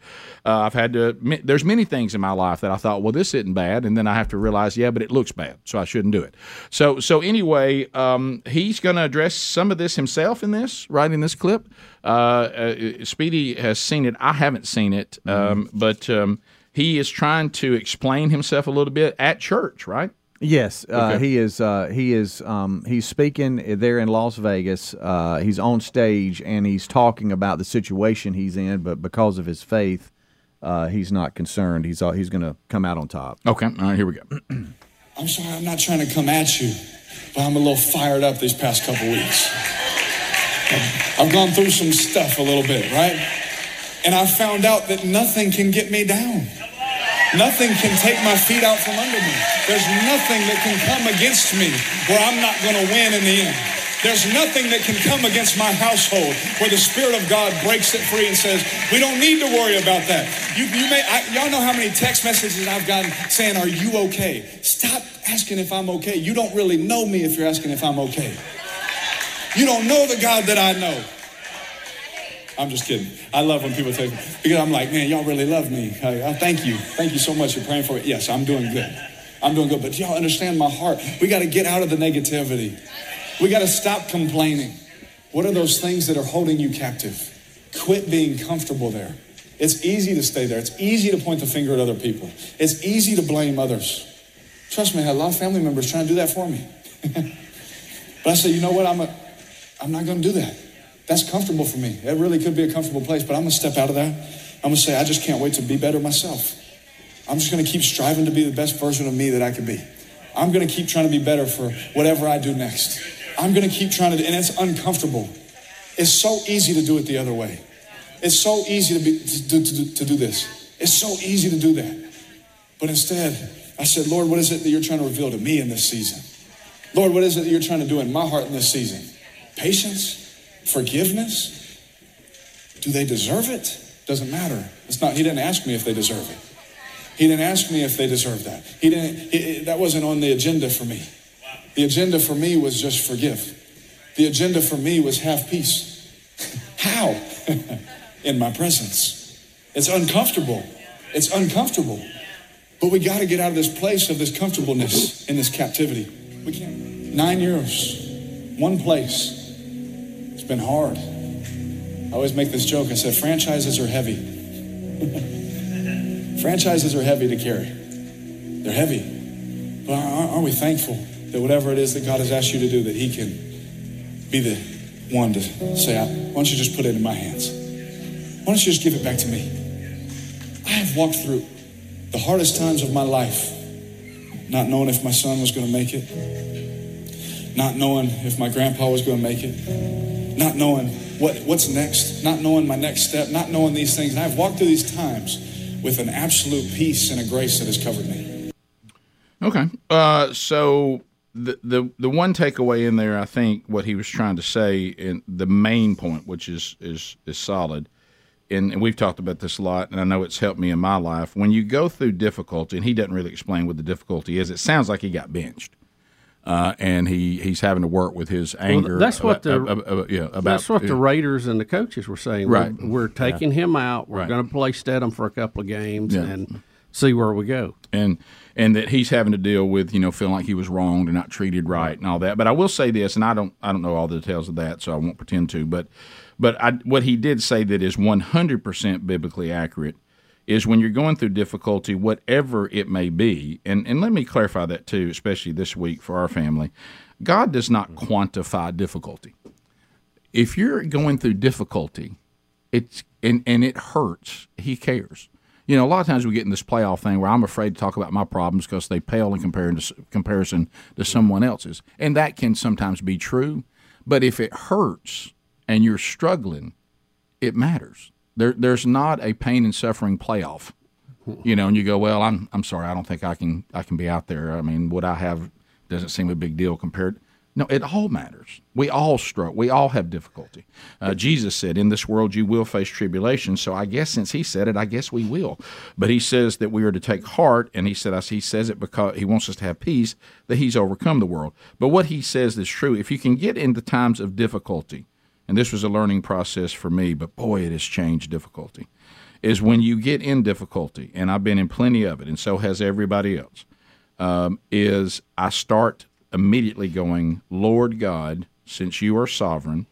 [SPEAKER 1] Uh, I've had to. admit- There's many things in my life that I thought, well, this isn't bad, and then I have to realize, yeah, but it looks bad, so I shouldn't do it. So, so anyway, um, he's going to address some of this himself in this, right in this clip. Uh, uh, Speedy has seen it. I haven't seen it, um, but um, he is trying to explain himself a little bit at church, right?
[SPEAKER 5] Yes, uh,
[SPEAKER 1] Okay.
[SPEAKER 5] he is. Uh, he is. Um, he's speaking there in Las Vegas. Uh, he's on stage and he's talking about the situation he's in. But because of his faith, uh, he's not concerned. He's uh, he's going to come out on top.
[SPEAKER 1] Okay, all right, here we go.
[SPEAKER 8] I'm sorry, I'm not trying to come at you, but I'm a little fired up these past couple weeks. I've gone through some stuff a little bit, right? And I found out that nothing can get me down. Nothing can take my feet out from under me. There's nothing that can come against me where I'm not going to win in the end. There's nothing that can come against my household where the Spirit of God breaks it free and says, we don't need to worry about that. You, you may, I, y'all know how many text messages I've gotten saying, are you okay? Stop asking if I'm okay. You don't really know me if you're asking if I'm okay. You don't know the God that I know. I'm just kidding. I love when people take because I'm like, man, y'all really love me. I, I thank you, thank you so much for praying for it. Yes, I'm doing good. I'm doing good. But y'all understand my heart. We got to get out of the negativity. We got to stop complaining. What are those things that are holding you captive? Quit being comfortable there. It's easy to stay there. It's easy to point the finger at other people. It's easy to blame others. Trust me, I had a lot of family members trying to do that for me. but I said, you know what? I'm a, I'm not going to do that. That's comfortable for me. It really could be a comfortable place, but I'm going to step out of that. I'm going to say, I just can't wait to be better myself. I'm just going to keep striving to be the best version of me that I can be. I'm going to keep trying to be better for whatever I do next. I'm going to keep trying to, and it's uncomfortable. It's so easy to do it the other way. It's so easy to, be, to, do- to, do- to do this. It's so easy to do that. But instead, I said, Lord, what is it that you're trying to reveal to me in this season? Lord, what is it that you're trying to do in my heart in this season? Patience? Forgiveness? Do they deserve it? Doesn't matter. It's not, he didn't ask me if they deserve it. He didn't ask me if they deserved that. He didn't, he- that wasn't on the agenda for me. The agenda for me was just forgive. The agenda for me was have peace. How? in my presence. It's uncomfortable. It's uncomfortable. But we got to get out of this place of this comfortableness and this captivity. We can't. Nine years, one place. It's been hard. I always make this joke. I said, franchises are heavy. franchises are heavy to carry. They're heavy. But aren't aren't we thankful that whatever it is that God has asked you to do, that He can be the one to say, "I- why don't you just put it in my hands? Why don't you just give it back to me? I have walked through the hardest times of my life, not knowing if my son was going to make it, not knowing if my grandpa was going to make it, not knowing what, what's next, not knowing my next step, not knowing these things. And I've walked through these times with an absolute peace and a grace that has covered me.
[SPEAKER 1] Okay. Uh, so the, the the one takeaway in there, I think, what he was trying to say, and the main point, which is is is solid, and, and we've talked about this a lot, and I know it's helped me in my life. When you go through difficulty, and he doesn't really explain what the difficulty is, it sounds like he got benched, uh, and he he's having to work with his anger.
[SPEAKER 2] that's what
[SPEAKER 1] about-
[SPEAKER 2] the-
[SPEAKER 1] ab- ab- ab- yeah about
[SPEAKER 2] That's what the Raiders and the coaches were saying.
[SPEAKER 1] Right.
[SPEAKER 2] We're, we're taking him out. We're
[SPEAKER 1] Right.
[SPEAKER 2] going to play Stedham for a couple of games
[SPEAKER 1] Yeah.
[SPEAKER 2] and see where we go.
[SPEAKER 1] and and that he's having to deal with you know feeling like he was wronged and not treated right and all that. But I will say this, and I don't I don't know all the details of that, so I won't pretend to. But but I, what he did say that is one hundred percent biblically accurate is when you're going through difficulty, whatever it may be, and and let me clarify that too, especially this week for our family. God does not quantify difficulty. If you're going through difficulty, it's and and it hurts. He cares. You know, a lot of times we get in this playoff thing where I'm afraid to talk about my problems because they pale in comparing to, comparison to someone else's, and that can sometimes be true. But if it hurts and you're struggling, it matters. There, there's not a pain and suffering playoff. You know, and you go, well, I'm I'm sorry, I don't think I can I can be out there. I mean, what I have doesn't seem a big deal compared. No, it all matters. We all struggle. We all have difficulty. Uh, Jesus said, "In this world you will face tribulation." So I guess since He said it, I guess we will. But He says that we are to take heart, and He said, "I." He says it because He wants us to have peace that He's overcome the world. But what He says is true. If you can get into times of difficulty, and this was a learning process for me, but boy, it has changed difficulty, is when you get in difficulty, and I've been in plenty of it, and so has everybody else, um, is I start immediately going, Lord God, since you are sovereign,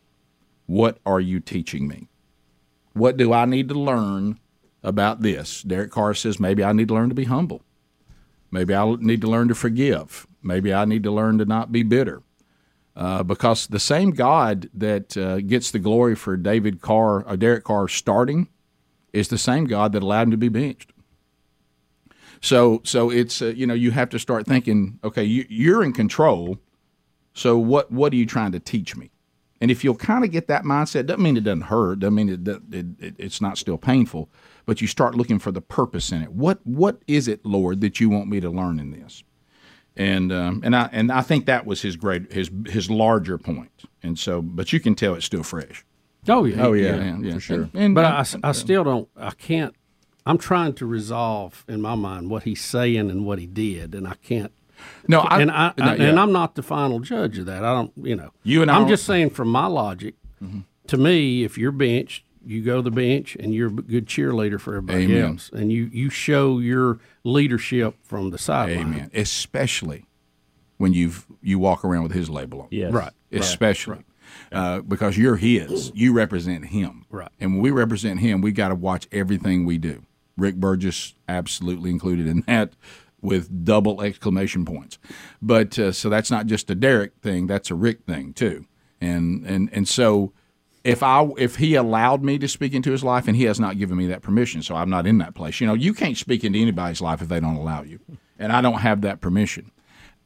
[SPEAKER 1] what are you teaching me? What do I need to learn about this? Derek Carr says, maybe I need to learn to be humble. Maybe I need to learn to forgive. Maybe I need to learn to not be bitter uh, because the same God that uh, gets the glory for David Carr or Derek Carr starting is the same God that allowed him to be benched. So, so it's uh, you know you have to start thinking, okay, you, you're in control. So what what are you trying to teach me?
[SPEAKER 9] And if you'll kind of get that mindset, doesn't mean it doesn't hurt. Doesn't mean it, doesn't- it, it it's not still painful, but you start looking for the purpose in it. What what is it, Lord, that you want me to learn in this? And um, and I and I think that was his great his his larger point. And so, but you can tell it's still fresh.
[SPEAKER 2] Oh yeah.
[SPEAKER 9] Oh, yeah, uh, yeah, for sure.
[SPEAKER 2] And, but I, I still don't. I can't. I'm trying to resolve in my mind what he's saying and what he did, and I can't.
[SPEAKER 9] No, I-
[SPEAKER 2] and I,
[SPEAKER 9] no,
[SPEAKER 2] I-
[SPEAKER 9] yeah.
[SPEAKER 2] and I'm not the final judge of that. I don't. You know.
[SPEAKER 9] You and I Mm-hmm.
[SPEAKER 2] I'm
[SPEAKER 9] don't-
[SPEAKER 2] just saying from my logic. To me, if you're benched, you go to the bench and you're a good cheerleader for everybody
[SPEAKER 9] Amen.
[SPEAKER 2] else, and you you show your leadership from the sideline.
[SPEAKER 9] Amen. Especially when you've you walk around with his label on.
[SPEAKER 4] Yes.
[SPEAKER 2] Right.
[SPEAKER 9] Especially. Uh, because you're his, you represent him,
[SPEAKER 2] Right.
[SPEAKER 9] and when we represent him, we got to watch everything we do. Rick Burgess absolutely included in that, with double exclamation points. But uh, so that's not just a Derek thing; that's a Rick thing too. And and and so if I if he allowed me to speak into his life, and he has not given me that permission, so I'm not in that place. You know, you can't speak into anybody's life if they don't allow you, and I don't have that permission.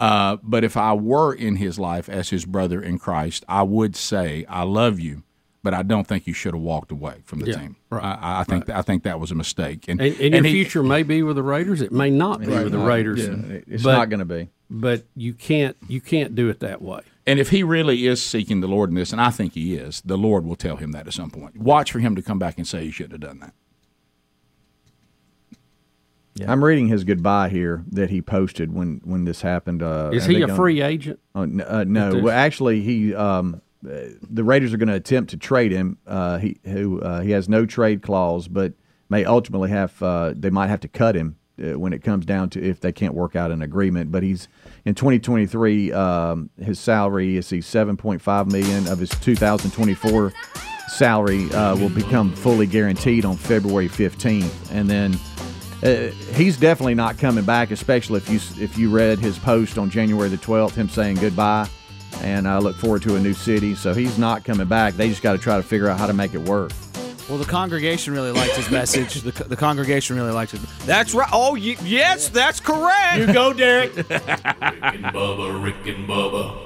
[SPEAKER 9] Uh, but if I were in his life as his brother in Christ, I would say, "I love you," but I don't think you should have walked away from the
[SPEAKER 2] Yeah,
[SPEAKER 9] team. I, I think I think that was a mistake. And,
[SPEAKER 2] And,
[SPEAKER 9] and
[SPEAKER 2] and, your
[SPEAKER 9] he-
[SPEAKER 2] future may be with the Raiders. It may not be with the Raiders.
[SPEAKER 5] It's
[SPEAKER 2] But-
[SPEAKER 5] not going to be.
[SPEAKER 2] But you can't you can't do it that way.
[SPEAKER 9] And if he really is seeking the Lord in this, and I think he is, the Lord will tell him that at some point. Watch for him to come back and say, "You shouldn't have done that."
[SPEAKER 5] I'm reading his goodbye here that he posted when when this happened. Uh,
[SPEAKER 2] Is
[SPEAKER 5] I
[SPEAKER 2] he
[SPEAKER 5] think
[SPEAKER 2] a
[SPEAKER 5] on-
[SPEAKER 2] free agent?
[SPEAKER 5] Oh, n- uh, no, well, actually, he um, uh, the Raiders are going to attempt to trade him. Uh, he who uh, he has no trade clause, but may ultimately have uh, they might have to cut him uh, when it comes down to if they can't work out an agreement. But he's in 2023, um, his salary is he's 7.5 million of his 2024 salary uh, will become fully guaranteed on February 15th, and then uh, he's definitely not coming back, especially if you if you read his post on January the 12th, him saying goodbye, and I look forward to a new city. So he's not coming back. They just got to try to figure out how to make it work.
[SPEAKER 10] Well, the congregation really liked his message. The, the congregation really liked it. That's right. Oh, y- yes, that's correct. You go, Derek.
[SPEAKER 7] Rick and Bubba, Rick and Bubba,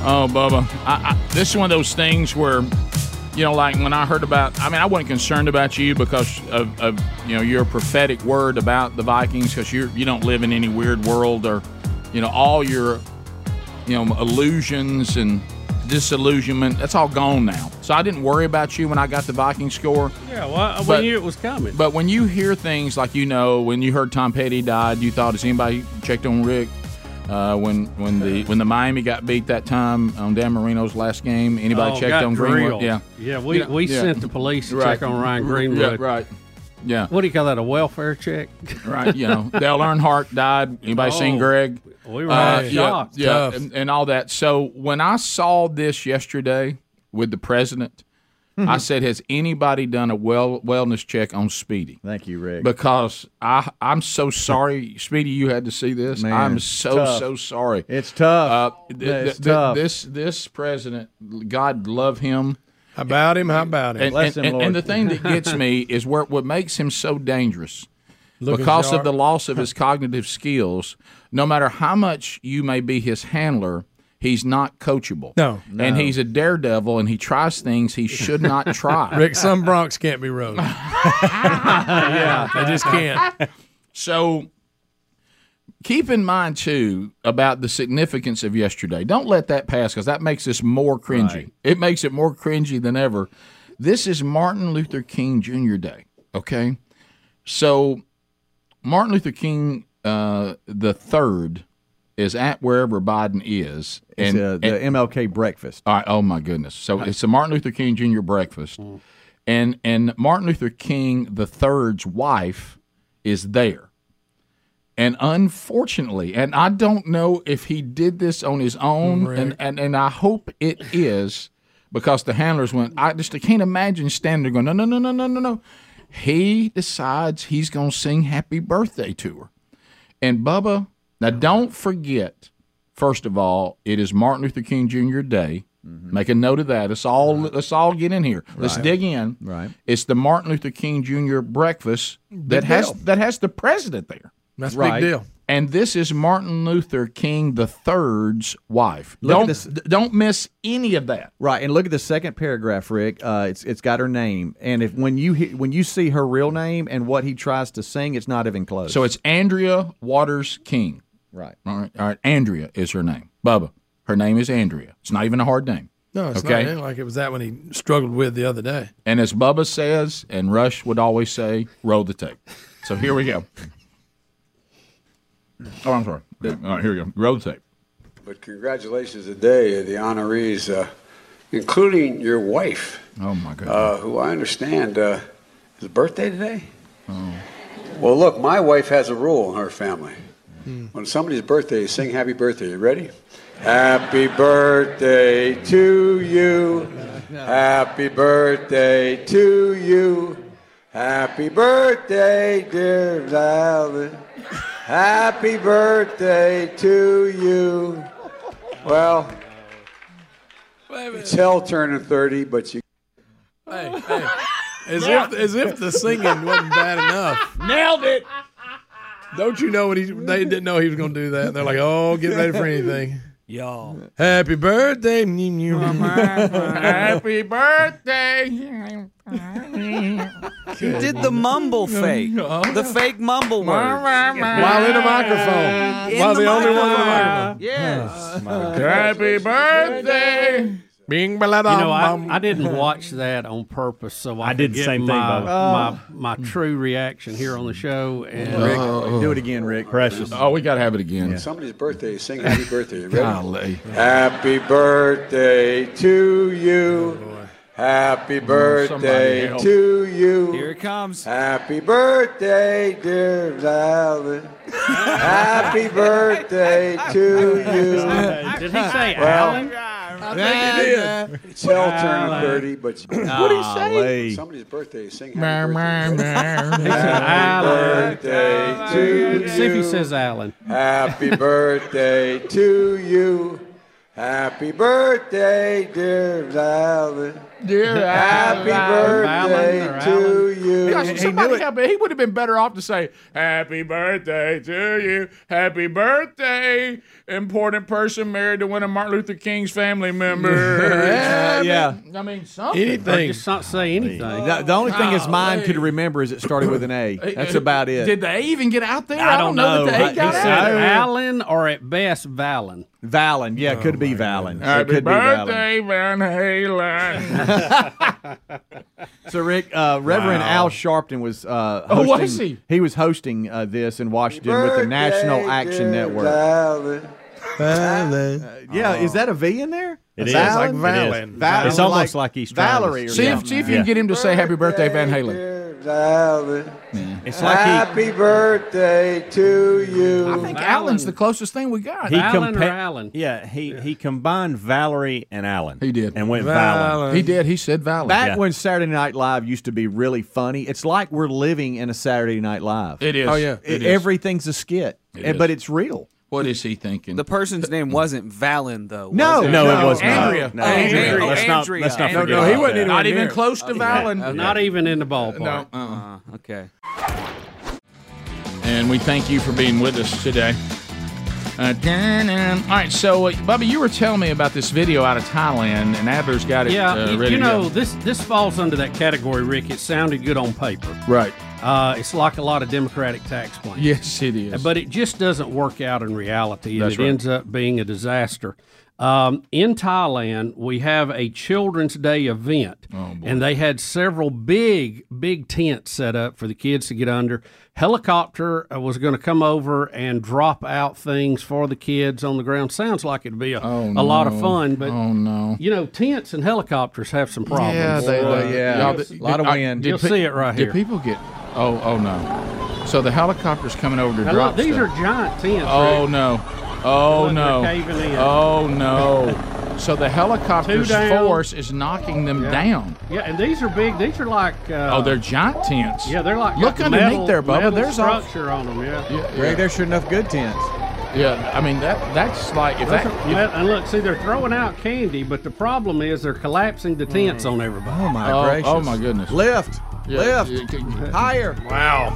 [SPEAKER 1] Oh, Bubba, I, I, this is one of those things where, you know, like when I heard about, I mean, I wasn't concerned about you because of, of you know, your prophetic word about the Vikings because you you don't live in any weird world or, you know, all your, you know, illusions and disillusionment. That's all gone now. So I didn't worry about you when I got the Viking score.
[SPEAKER 2] Yeah, well,
[SPEAKER 1] But-
[SPEAKER 2] it was coming.
[SPEAKER 1] But when you hear things like you know, when you heard Tom Petty died, you thought, "Has anybody checked on Rick?" Uh, when when the when the Miami got beat that time on Dan Marino's last game, anybody
[SPEAKER 2] Oh,
[SPEAKER 1] checked
[SPEAKER 2] got
[SPEAKER 1] on Greenwood?
[SPEAKER 2] drilled.
[SPEAKER 1] Yeah,
[SPEAKER 2] yeah. We,
[SPEAKER 1] You know,
[SPEAKER 2] we
[SPEAKER 1] yeah.
[SPEAKER 2] sent the police to
[SPEAKER 1] Right. Mm-hmm.
[SPEAKER 2] check on Ryan
[SPEAKER 1] Yeah,
[SPEAKER 2] Greenwood.
[SPEAKER 1] right. Yeah,
[SPEAKER 2] What do you call that? A welfare check?
[SPEAKER 1] right. You know, Dale Earnhardt died. Anybody seen
[SPEAKER 2] Oh.
[SPEAKER 1] Greg?
[SPEAKER 2] We were
[SPEAKER 1] Uh,
[SPEAKER 2] all
[SPEAKER 1] yeah,
[SPEAKER 2] shocked.
[SPEAKER 1] yeah
[SPEAKER 6] Tough.
[SPEAKER 1] and, and all that. So when I saw this yesterday with the president,
[SPEAKER 5] Hmm.
[SPEAKER 1] I said, "Has anybody done a well wellness check on Speedy?"
[SPEAKER 5] Thank you, Rick.
[SPEAKER 1] because I I'm so sorry, Speedy. You had to see this.
[SPEAKER 5] Man,
[SPEAKER 1] I'm so
[SPEAKER 5] tough.
[SPEAKER 1] so sorry.
[SPEAKER 5] it's tough.
[SPEAKER 1] Uh, th-
[SPEAKER 5] Yeah, it's
[SPEAKER 1] th- th-
[SPEAKER 5] tough.
[SPEAKER 1] This this president, God love him.
[SPEAKER 6] How about him? How about him?
[SPEAKER 1] And,
[SPEAKER 5] Bless
[SPEAKER 1] and,
[SPEAKER 5] him,
[SPEAKER 1] and- and
[SPEAKER 5] Lord.
[SPEAKER 1] the thing that gets me is where what makes him so dangerous
[SPEAKER 6] Look
[SPEAKER 1] because
[SPEAKER 6] bizarre.
[SPEAKER 1] of the loss of his cognitive skills. No matter how much you may be his handler, he's not coachable.
[SPEAKER 6] No.
[SPEAKER 1] and he's a daredevil, and he tries things he should not try.
[SPEAKER 6] Rick, some Bronx can't be rode. yeah, they just can't.
[SPEAKER 1] So keep in mind too about the significance of yesterday. Don't let that pass because that makes this more cringy. It makes it more cringy than ever. This is Martin Luther King Jr. Day. Okay, so Martin Luther King uh, the third is at wherever Biden is,
[SPEAKER 5] It's,
[SPEAKER 1] and,
[SPEAKER 5] uh,
[SPEAKER 1] and-
[SPEAKER 5] the MLK breakfast.
[SPEAKER 1] all right, oh my goodness. So it's a Martin Luther King Jr. breakfast,
[SPEAKER 5] Mm.
[SPEAKER 1] and and Martin Luther King the third's wife is there, And unfortunately, and I don't know if he did this on his own, and, and, and I hope it is because the handlers went, I just I can't imagine standing there going, no, no, no, no, no, no, no. He decides he's going to sing happy birthday to her. And Bubba, now don't forget, first of all, it is Martin Luther King Jr. Day. Make a note of that. Let's all let's all get in here. Let's
[SPEAKER 5] Mm-hmm. Right.
[SPEAKER 1] dig in.
[SPEAKER 5] Right.
[SPEAKER 1] It's the Martin Luther King Jr. breakfast that
[SPEAKER 5] Big
[SPEAKER 1] has
[SPEAKER 5] deal.
[SPEAKER 1] that has the president there.
[SPEAKER 5] That's a big Right. deal.
[SPEAKER 1] And this is Martin Luther King the third's wife. don't don't miss any of that.
[SPEAKER 5] Right, and look at the second paragraph, Rick. Uh, it's it's got her name, and if when you he- when you see her real name and what he tries to sing, it's not even close.
[SPEAKER 1] So it's Andrea Waters King.
[SPEAKER 5] Right.
[SPEAKER 1] All right. All right. Andrea is her name. Bubba. Her name is Andrea. It's not even a hard name.
[SPEAKER 6] No, it's
[SPEAKER 1] Okay.
[SPEAKER 6] not anything like it was that one he struggled with the other day.
[SPEAKER 1] And as Bubba says, and Rush would always say, roll the tape. So here we go. Oh, I'm sorry. All right, here we go. Roll the tape.
[SPEAKER 11] But congratulations today, the honorees, uh, including your wife,
[SPEAKER 1] Oh, my God.
[SPEAKER 11] uh, who I understand uh, is a birthday today. Well, look, my wife has a rule in her family. When somebody's birthday, you sing happy birthday. You ready? Happy birthday to you. Happy birthday to you. Happy birthday, dear Valen. Happy birthday to you. Well, it's hell turning 30, but you.
[SPEAKER 6] Hey, hey. As,
[SPEAKER 12] Now-
[SPEAKER 6] if, as if the singing wasn't bad enough.
[SPEAKER 1] Nailed it.
[SPEAKER 6] Don't you know what he? They didn't know he was going to do that. They're like, oh, get ready for anything.
[SPEAKER 10] Y'all.
[SPEAKER 6] Happy birthday. Happy
[SPEAKER 12] Happy
[SPEAKER 1] birthday.
[SPEAKER 10] He did the mumble fake, the fake mumble word.
[SPEAKER 6] While in a microphone.
[SPEAKER 10] In
[SPEAKER 6] While
[SPEAKER 10] the
[SPEAKER 6] the only one with a
[SPEAKER 10] microphone.
[SPEAKER 6] microphone.
[SPEAKER 10] Yes.
[SPEAKER 6] Happy
[SPEAKER 1] birthday.
[SPEAKER 6] Bing
[SPEAKER 2] You know, I, I didn't watch that on purpose, so I,
[SPEAKER 6] I
[SPEAKER 2] could
[SPEAKER 6] did the
[SPEAKER 2] get
[SPEAKER 6] same thing,
[SPEAKER 2] my,
[SPEAKER 5] Oh.
[SPEAKER 6] Bubba.
[SPEAKER 2] my, my true reaction here on the show. And
[SPEAKER 1] Rick, Oh. do it
[SPEAKER 5] again, Rick.
[SPEAKER 2] Precious.
[SPEAKER 1] Oh, we got to have it again.
[SPEAKER 11] When somebody's birthday, you sing happy birthday. You ready?
[SPEAKER 1] Golly.
[SPEAKER 11] Happy birthday to you. Happy birthday
[SPEAKER 10] help.
[SPEAKER 11] to you.
[SPEAKER 10] Here it comes.
[SPEAKER 11] Happy birthday, dear Valen. Happy birthday to you.
[SPEAKER 2] Did he say
[SPEAKER 11] well,
[SPEAKER 2] Alan?
[SPEAKER 11] think It's hell turning
[SPEAKER 2] Alan.
[SPEAKER 11] 30, but you.
[SPEAKER 2] What'd he say? Golly.
[SPEAKER 11] Somebody's birthday, sing happy birthday. Happy
[SPEAKER 2] He said Alan.
[SPEAKER 11] birthday to you.
[SPEAKER 2] See if he says Alan.
[SPEAKER 11] Happy birthday to you. Happy birthday, dear Valen.
[SPEAKER 1] Dear
[SPEAKER 11] Happy
[SPEAKER 1] Alan.
[SPEAKER 11] birthday
[SPEAKER 1] Alan or
[SPEAKER 11] to you.
[SPEAKER 1] Gosh, somebody got- he would have been better off to say, Happy birthday to you. Happy birthday, important person married to one of Martin Luther King's family members. Uh,
[SPEAKER 5] Yeah, yeah.
[SPEAKER 1] I mean, something.
[SPEAKER 5] Anything.
[SPEAKER 2] Just not say anything.
[SPEAKER 5] the, the only thing his mind could
[SPEAKER 1] Golly.
[SPEAKER 5] remember is it started with an A. That's about it.
[SPEAKER 1] Did they even get out there?
[SPEAKER 2] I don't know.
[SPEAKER 1] that they
[SPEAKER 2] Oh, He
[SPEAKER 1] got
[SPEAKER 2] said
[SPEAKER 1] out.
[SPEAKER 2] Alan or at best Valen.
[SPEAKER 5] Valen, yeah, it could be Valen. It
[SPEAKER 1] Happy
[SPEAKER 5] could be Valen.
[SPEAKER 1] birthday, Van Halen.
[SPEAKER 5] So, Rick, uh, Reverend
[SPEAKER 1] Wow.
[SPEAKER 5] Al Sharpton was uh,
[SPEAKER 1] Oh,
[SPEAKER 5] hosting,
[SPEAKER 1] was he?
[SPEAKER 5] was hosting uh, this in Washington with the National Action Network. Uh, yeah, is that a V in there?
[SPEAKER 4] It
[SPEAKER 5] A
[SPEAKER 4] is.
[SPEAKER 5] Valen?
[SPEAKER 4] It is. Valen. It's almost like he's trying to-
[SPEAKER 5] Valerie. or
[SPEAKER 1] see if,
[SPEAKER 5] something.
[SPEAKER 1] see if you can get him to say Happy birthday, Van Halen.
[SPEAKER 5] It's
[SPEAKER 4] like he-
[SPEAKER 11] Happy birthday to you.
[SPEAKER 1] I think Alan's the closest thing we got.
[SPEAKER 4] compa- Yeah, he, he combined Valerie and Alan. He
[SPEAKER 1] did.
[SPEAKER 4] And went Valen.
[SPEAKER 1] He did. He said Valen.
[SPEAKER 5] Back
[SPEAKER 4] Yeah.
[SPEAKER 5] when Saturday Night Live used to be really funny, it's like we're living in a Saturday Night Live.
[SPEAKER 1] It is. Oh, yeah. It
[SPEAKER 5] It-
[SPEAKER 1] is.
[SPEAKER 5] everything's a skit,
[SPEAKER 1] It
[SPEAKER 5] and-
[SPEAKER 1] is.
[SPEAKER 5] but it's real.
[SPEAKER 1] What is he thinking?
[SPEAKER 10] The person's name wasn't Valen, though. was
[SPEAKER 5] No,
[SPEAKER 10] it?
[SPEAKER 5] no, it No, was not. Andrea.
[SPEAKER 10] No,
[SPEAKER 5] Oh, Andrea.
[SPEAKER 10] Andrea.
[SPEAKER 5] Let's not- let's not
[SPEAKER 10] Andrea.
[SPEAKER 5] forget No, no, he about wasn't that. even
[SPEAKER 2] Not even
[SPEAKER 5] near.
[SPEAKER 2] close to
[SPEAKER 5] Okay.
[SPEAKER 2] Valen. uh-uh.
[SPEAKER 5] Okay.
[SPEAKER 2] Not even in the ballpark.
[SPEAKER 1] No.
[SPEAKER 10] Uh, okay.
[SPEAKER 1] and we thank you for being with us today. Uh, dun-dun. all right, so uh, Bubby, you were telling me about this video out of Thailand, and Adler's got it.
[SPEAKER 2] Yeah,
[SPEAKER 1] uh,
[SPEAKER 2] you-
[SPEAKER 1] ready
[SPEAKER 2] you
[SPEAKER 1] to
[SPEAKER 2] know
[SPEAKER 1] go.
[SPEAKER 2] this this falls under that category, Rick. It sounded good on paper.
[SPEAKER 1] right?
[SPEAKER 2] Uh, it's like a lot of Democratic tax plans.
[SPEAKER 1] Yes, it is.
[SPEAKER 2] But it just doesn't work out in reality, and
[SPEAKER 1] That's
[SPEAKER 2] it
[SPEAKER 1] right.
[SPEAKER 2] ends up being a disaster. Um, in Thailand, we have a Children's Day event,
[SPEAKER 1] Oh,
[SPEAKER 2] and they had several big, big tents set up for the kids to get under. Helicopter uh, was going to come over and drop out things for the kids on the ground. Sounds like it'd be a, a lot of
[SPEAKER 1] Oh, no.
[SPEAKER 2] fun, but
[SPEAKER 1] oh no,
[SPEAKER 2] you know, tents and helicopters have some problems.
[SPEAKER 1] Yeah, they,
[SPEAKER 2] Uh,
[SPEAKER 1] they- y'all, did- did- I- did
[SPEAKER 2] You'll
[SPEAKER 1] pe-
[SPEAKER 2] see it right here.
[SPEAKER 1] Did people get? Oh, oh no. So the helicopter's coming over to
[SPEAKER 2] Now,
[SPEAKER 1] drop
[SPEAKER 2] look, these
[SPEAKER 1] stuff.
[SPEAKER 2] are giant tents.
[SPEAKER 1] Oh
[SPEAKER 2] Rick.
[SPEAKER 1] no! Oh
[SPEAKER 2] Look,
[SPEAKER 1] no!
[SPEAKER 2] they're caving in.
[SPEAKER 1] Oh no! So the helicopter's
[SPEAKER 2] Two down.
[SPEAKER 1] force is knocking them
[SPEAKER 2] Yeah.
[SPEAKER 1] down.
[SPEAKER 2] Yeah, and these are big. These are like. Uh,
[SPEAKER 1] Oh, they're giant tents.
[SPEAKER 2] Yeah, they're like.
[SPEAKER 1] Look
[SPEAKER 2] got
[SPEAKER 1] underneath
[SPEAKER 2] metal-
[SPEAKER 1] there, Bubba.
[SPEAKER 2] metal
[SPEAKER 1] There's all-
[SPEAKER 2] structure on them. Yeah.
[SPEAKER 1] Ray,
[SPEAKER 5] there's sure enough good tents.
[SPEAKER 1] Yeah, I mean that. That's like if
[SPEAKER 2] That's
[SPEAKER 1] that.
[SPEAKER 2] a- well, and look, see, they're throwing out candy, but the problem is they're collapsing the tents on everybody.
[SPEAKER 5] Oh my
[SPEAKER 1] Mm. oh,
[SPEAKER 5] gracious!
[SPEAKER 1] oh, my goodness!
[SPEAKER 5] Left,
[SPEAKER 1] Yeah,
[SPEAKER 5] left,
[SPEAKER 1] you can-
[SPEAKER 5] higher.
[SPEAKER 6] Wow.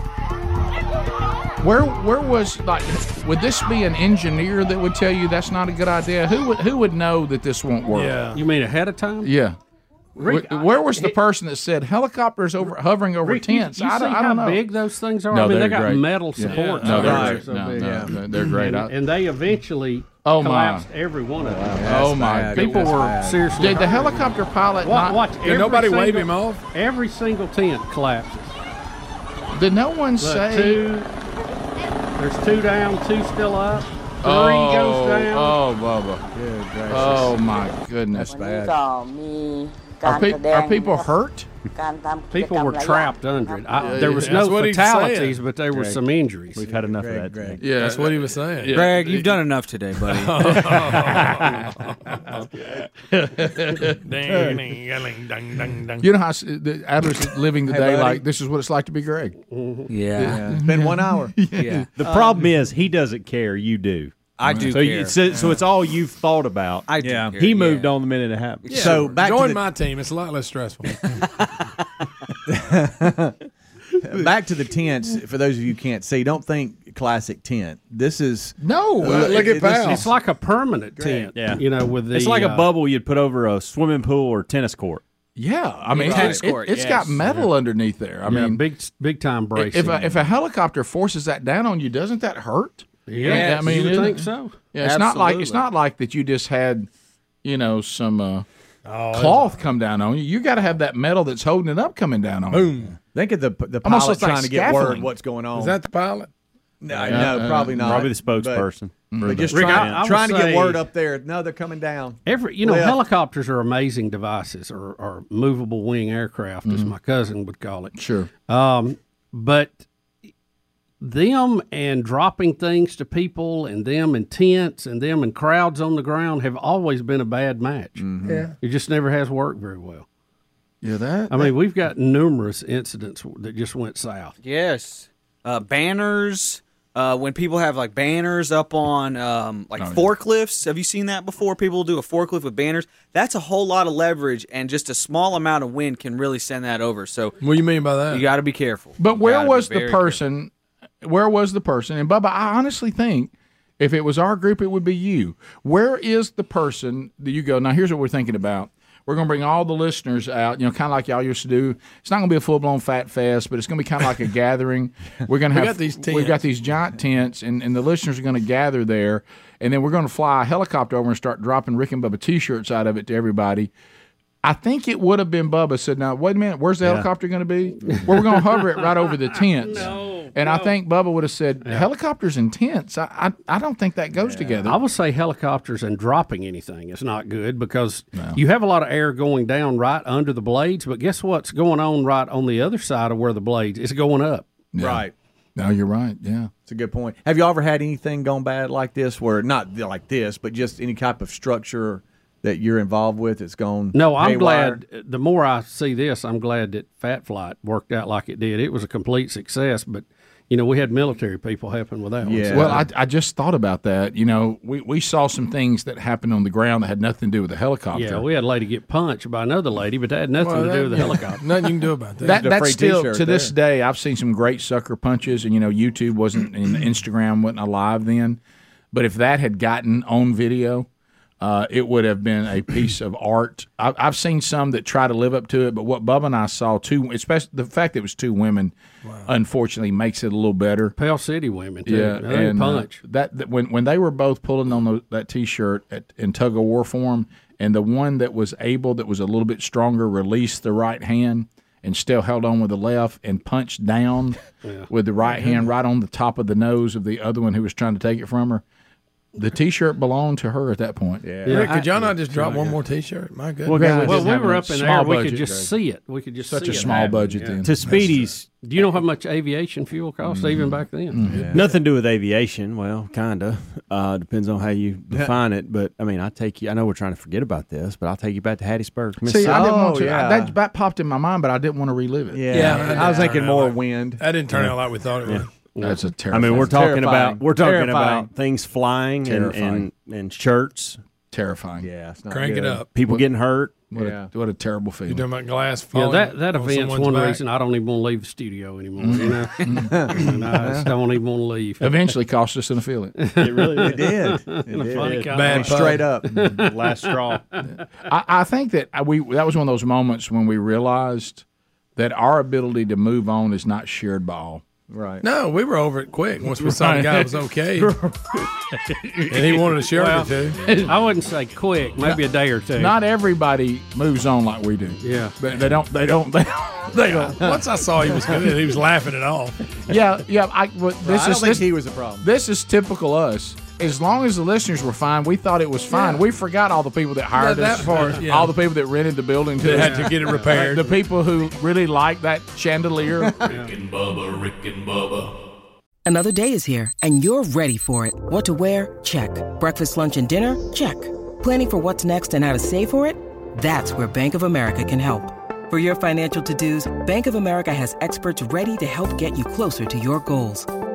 [SPEAKER 1] Where where was like? Would this be an engineer that would tell you that's not a good idea? Who would who would know that this won't work?
[SPEAKER 2] You mean ahead of time?
[SPEAKER 1] Yeah.
[SPEAKER 2] Rick,
[SPEAKER 1] where, where was the person that said helicopters over hovering over
[SPEAKER 2] Rick, you-
[SPEAKER 1] tents?
[SPEAKER 2] you
[SPEAKER 1] I don't,
[SPEAKER 2] see
[SPEAKER 1] I don't
[SPEAKER 2] how
[SPEAKER 1] know.
[SPEAKER 2] big those things are? I mean, they
[SPEAKER 1] they're
[SPEAKER 2] got
[SPEAKER 1] great.
[SPEAKER 2] metal
[SPEAKER 1] Yeah.
[SPEAKER 2] supports.
[SPEAKER 1] No, they're
[SPEAKER 2] on them.
[SPEAKER 1] great. No, no, no, they're great.
[SPEAKER 2] uh, And,
[SPEAKER 1] I-
[SPEAKER 2] and they eventually
[SPEAKER 1] Oh, my.
[SPEAKER 2] collapsed every one of them.
[SPEAKER 1] oh my!
[SPEAKER 2] People were seriously.
[SPEAKER 1] Did the
[SPEAKER 2] hurt.
[SPEAKER 1] helicopter pilot?
[SPEAKER 2] Wa-
[SPEAKER 1] not,
[SPEAKER 2] Watch, every single,
[SPEAKER 6] him off?
[SPEAKER 2] Every single tent collapses.
[SPEAKER 1] Did no one
[SPEAKER 2] Look,
[SPEAKER 1] say?
[SPEAKER 2] two? There's two down, two still up. Three
[SPEAKER 1] oh,
[SPEAKER 2] goes down.
[SPEAKER 1] Oh, Bubba. Oh my goodness. Are, pe- are people hurt?
[SPEAKER 2] People were
[SPEAKER 1] uh.
[SPEAKER 2] trapped under it. I,
[SPEAKER 1] Yeah,
[SPEAKER 2] there
[SPEAKER 1] yeah.
[SPEAKER 2] was
[SPEAKER 1] That's
[SPEAKER 2] no
[SPEAKER 1] what he's
[SPEAKER 2] fatalities,
[SPEAKER 1] saying.
[SPEAKER 2] but there were
[SPEAKER 1] Greg,
[SPEAKER 2] some injuries.
[SPEAKER 4] We've had enough of that. today.
[SPEAKER 6] Yeah, that's what he was saying.
[SPEAKER 1] Yeah.
[SPEAKER 10] Greg, you've done enough today, buddy.
[SPEAKER 1] You know how s- the Adler's living the
[SPEAKER 4] Hey,
[SPEAKER 1] day
[SPEAKER 4] buddy.
[SPEAKER 1] like this is what it's like to be Greg. Yeah.
[SPEAKER 4] It's been one hour.
[SPEAKER 1] Yeah.
[SPEAKER 4] The problem is he doesn't care. You do.
[SPEAKER 10] I do
[SPEAKER 4] So, you-
[SPEAKER 10] care.
[SPEAKER 4] so, so it's all you've thought about.
[SPEAKER 10] I do Yeah. care,
[SPEAKER 4] He moved on the minute it happened.
[SPEAKER 6] Yeah,
[SPEAKER 4] So back
[SPEAKER 6] join
[SPEAKER 4] to the,
[SPEAKER 6] my team. It's a lot less stressful.
[SPEAKER 5] Back to the tents. For those of you who can't see, don't think classic tent. This is
[SPEAKER 1] no.
[SPEAKER 2] It's like a permanent tent.
[SPEAKER 4] Yeah.
[SPEAKER 2] You know, with the
[SPEAKER 4] it's like
[SPEAKER 2] uh,
[SPEAKER 4] a bubble you'd put over a swimming pool or tennis court.
[SPEAKER 1] Yeah, I mean,
[SPEAKER 2] Tennis
[SPEAKER 1] it,
[SPEAKER 2] court,
[SPEAKER 1] it, has got
[SPEAKER 2] yes.
[SPEAKER 1] metal underneath there. I
[SPEAKER 2] Yeah,
[SPEAKER 1] mean,
[SPEAKER 2] big big time bracing.
[SPEAKER 1] if a, if a helicopter forces that down on you, doesn't that hurt?
[SPEAKER 2] Yes,
[SPEAKER 1] I mean,
[SPEAKER 2] you would
[SPEAKER 1] isn't
[SPEAKER 2] think
[SPEAKER 1] it-
[SPEAKER 2] so.
[SPEAKER 1] Yeah, it's not like it's
[SPEAKER 2] Absolutely.
[SPEAKER 1] not like that. You just had, you know, some uh, cloth come down on you. You got to have that metal that's holding it up coming down on. you.
[SPEAKER 5] Boom. Think of the the
[SPEAKER 1] Almost
[SPEAKER 5] pilot
[SPEAKER 1] looks like
[SPEAKER 5] trying to get word
[SPEAKER 1] scaffolding.
[SPEAKER 5] what's going on.
[SPEAKER 6] Is that the pilot?
[SPEAKER 5] no,
[SPEAKER 4] Yeah,
[SPEAKER 5] no,
[SPEAKER 4] uh,
[SPEAKER 5] probably not.
[SPEAKER 4] probably the
[SPEAKER 5] But-
[SPEAKER 4] spokesperson
[SPEAKER 5] But,
[SPEAKER 1] Mm-hmm.
[SPEAKER 4] for the-
[SPEAKER 5] just
[SPEAKER 4] Rick,
[SPEAKER 5] trying,
[SPEAKER 4] I- I would
[SPEAKER 5] trying to
[SPEAKER 4] say-
[SPEAKER 5] get word up there. No, they're coming down.
[SPEAKER 2] Every you know,
[SPEAKER 5] Left.
[SPEAKER 2] helicopters are amazing devices, or, or movable wing aircraft, as
[SPEAKER 1] Mhm.
[SPEAKER 2] my cousin would call it.
[SPEAKER 1] Sure.
[SPEAKER 2] Um, but them and dropping things to people, and them in tents, and them and crowds on the ground have always been a bad match.
[SPEAKER 1] Yeah.
[SPEAKER 2] It just never has worked very well.
[SPEAKER 1] Yeah, that.
[SPEAKER 2] I mean, we've got numerous incidents that just went south.
[SPEAKER 10] Yes. Uh, banners. Uh, when people have like banners up on um,
[SPEAKER 1] Oh,
[SPEAKER 10] like forklifts, have you seen that before? People do a forklift with banners. That's a whole lot of leverage, and just a small amount of wind can really send that over. So,
[SPEAKER 6] what do you mean by that?
[SPEAKER 10] You got to be careful.
[SPEAKER 1] But
[SPEAKER 10] You
[SPEAKER 1] where
[SPEAKER 10] gotta be
[SPEAKER 1] was the
[SPEAKER 10] very
[SPEAKER 1] person? Where was the person? And Bubba, I honestly think if it was our group, it would be you. Where is the person that you go? Now, here's what we're thinking about. We're going to bring all the listeners out, you know, kind of like y'all used to do. It's not going to be a full blown fat fest, but it's going to be kind of like a gathering. We're going to
[SPEAKER 6] We
[SPEAKER 1] have
[SPEAKER 6] got these
[SPEAKER 1] We've got
[SPEAKER 6] tents.
[SPEAKER 1] these giant tents, and, and the listeners are going to gather there, and then we're going to fly a helicopter over and start dropping Rick and Bubba T-shirts out of it to everybody. I think it would have been Bubba said, "Now wait a minute, where's the
[SPEAKER 2] Yeah.
[SPEAKER 1] helicopter going to be? Well, we're going to hover it right over the tents." no, and I think Bubba would have said, "Helicopters and tents. I I, I don't think that goes together."
[SPEAKER 2] I would say helicopters and dropping anything is not good because you have a lot of air going down right under the blades, but guess what's going on right on the other side of where the blades? It's going up.
[SPEAKER 5] Right.
[SPEAKER 1] No, you're right. Yeah.
[SPEAKER 5] It's a good point. Have you ever had anything gone bad like this, where not like this, but just any type of structure that you're involved with that's gone?
[SPEAKER 2] No, I'm
[SPEAKER 5] haywire?
[SPEAKER 2] glad. The more I see this, I'm glad that Fat Flight worked out like it did. It was a complete success, but you know we had military people helping with that. one, so-
[SPEAKER 1] Well, I, I just thought about that. You know, we, we saw some things that happened on the ground that had nothing to do with the helicopter.
[SPEAKER 2] yeah, we had a lady get punched by another lady, but that had nothing
[SPEAKER 6] Well,
[SPEAKER 2] to do
[SPEAKER 6] that-
[SPEAKER 2] with the
[SPEAKER 6] yeah,
[SPEAKER 2] helicopter.
[SPEAKER 6] Nothing you can do about that.
[SPEAKER 1] That, that's still to this day. I've seen some great sucker punches, and you know, YouTube wasn't and Instagram wasn't alive then. But if that had gotten on video, uh, it would have been a piece of art. I, I've seen some that try to live up to it, but what Bubba and I saw, two, especially the fact that it was two women, unfortunately makes it a little better.
[SPEAKER 2] Pale City women, too.
[SPEAKER 1] yeah,
[SPEAKER 2] They didn't
[SPEAKER 1] uh,
[SPEAKER 2] punch.
[SPEAKER 1] that, that when when they were both pulling on the, that T-shirt at, in tug of war form, and the one that was able, that was a little bit stronger, released the right hand and still held on with the left and punched
[SPEAKER 4] Mm-hmm.
[SPEAKER 1] down with the right hand right on the top of the nose of the other one who was trying to take it from her. The T-shirt belonged to her at that point. Yeah.
[SPEAKER 6] Rick, could y'all not just drop one more T-shirt? My goodness.
[SPEAKER 2] Well, guys, well, we were up in there. We could just see it. We could just
[SPEAKER 1] Such
[SPEAKER 2] see
[SPEAKER 1] a
[SPEAKER 2] it
[SPEAKER 1] small
[SPEAKER 2] happen,
[SPEAKER 1] budget
[SPEAKER 2] yeah.
[SPEAKER 1] then. Mm-hmm.
[SPEAKER 2] To Speedy's. Do you know how much aviation fuel cost even back then?
[SPEAKER 4] Nothing to do with aviation. Well, kinda. Uh, depends on how you define it. But I mean, I take you. I know we're trying to forget about this, but I'll take you back to Hattiesburg.
[SPEAKER 1] See, I didn't want
[SPEAKER 4] Mississippi.
[SPEAKER 1] to. I- that, that popped in my mind, but I didn't want to relive it.
[SPEAKER 4] Oh, Yeah, that I was didn't thinking turn out more like-
[SPEAKER 13] wind.
[SPEAKER 6] That didn't turn out like we thought it would.
[SPEAKER 1] That's a
[SPEAKER 4] I
[SPEAKER 1] terrifying.
[SPEAKER 4] mean, we're talking
[SPEAKER 6] Terrifying.
[SPEAKER 4] about we're talking
[SPEAKER 6] Terrifying.
[SPEAKER 4] about things flying and, and
[SPEAKER 1] Terrifying.
[SPEAKER 4] and shirts.
[SPEAKER 1] Terrifying.
[SPEAKER 4] Yeah, it's
[SPEAKER 6] not Crank it good. up.
[SPEAKER 4] People
[SPEAKER 6] What-
[SPEAKER 4] getting hurt.
[SPEAKER 1] What, a, what a terrible feeling.
[SPEAKER 6] You're talking about glass
[SPEAKER 2] Yeah,
[SPEAKER 6] falling.
[SPEAKER 2] that, that
[SPEAKER 6] on
[SPEAKER 2] event's
[SPEAKER 6] someone's
[SPEAKER 2] one
[SPEAKER 6] back.
[SPEAKER 2] reason I don't even want to leave the studio anymore. You know? And I just don't even want to leave.
[SPEAKER 1] Mm-hmm. Eventually cost us an affiliate.
[SPEAKER 2] It really- it did. It
[SPEAKER 1] And
[SPEAKER 2] did.
[SPEAKER 1] funny
[SPEAKER 2] Bad
[SPEAKER 1] comment.
[SPEAKER 2] pun. Straight up. Last straw.
[SPEAKER 1] I, I think that I- we that was one of those moments when we realized that our ability to move on is not shared by all.
[SPEAKER 13] Right.
[SPEAKER 6] No, we were over it quick once we saw the guy was okay. And he wanted to share it too.
[SPEAKER 2] I wouldn't say quick, maybe a day or two.
[SPEAKER 1] Not everybody moves on like we do.
[SPEAKER 2] Yeah.
[SPEAKER 1] But they don't. They don't. They don't. They don't.
[SPEAKER 6] Once I saw he was good, he was laughing it off.
[SPEAKER 1] yeah, yeah. I, but this
[SPEAKER 6] Right, I don't
[SPEAKER 1] is,
[SPEAKER 6] think
[SPEAKER 1] this,
[SPEAKER 6] he was the problem.
[SPEAKER 1] This is typical us. As long as the listeners were fine, we thought it was fine.
[SPEAKER 6] Yeah.
[SPEAKER 1] We forgot all the people that hired
[SPEAKER 6] That- that
[SPEAKER 1] us, uh,
[SPEAKER 6] part, yeah.
[SPEAKER 1] all the people that rented the building to
[SPEAKER 6] That
[SPEAKER 1] us.
[SPEAKER 6] had to get it repaired.
[SPEAKER 1] The people who really liked that chandelier.
[SPEAKER 7] Rick and Bubba, Rick and Bubba.
[SPEAKER 14] Another day is here, and you're ready for it. What to wear? Check. Breakfast, lunch, and dinner? Check. Planning for what's next and how to save for it? That's where Bank of America can help. For your financial to dos, Bank of America has experts ready to help get you closer to your goals.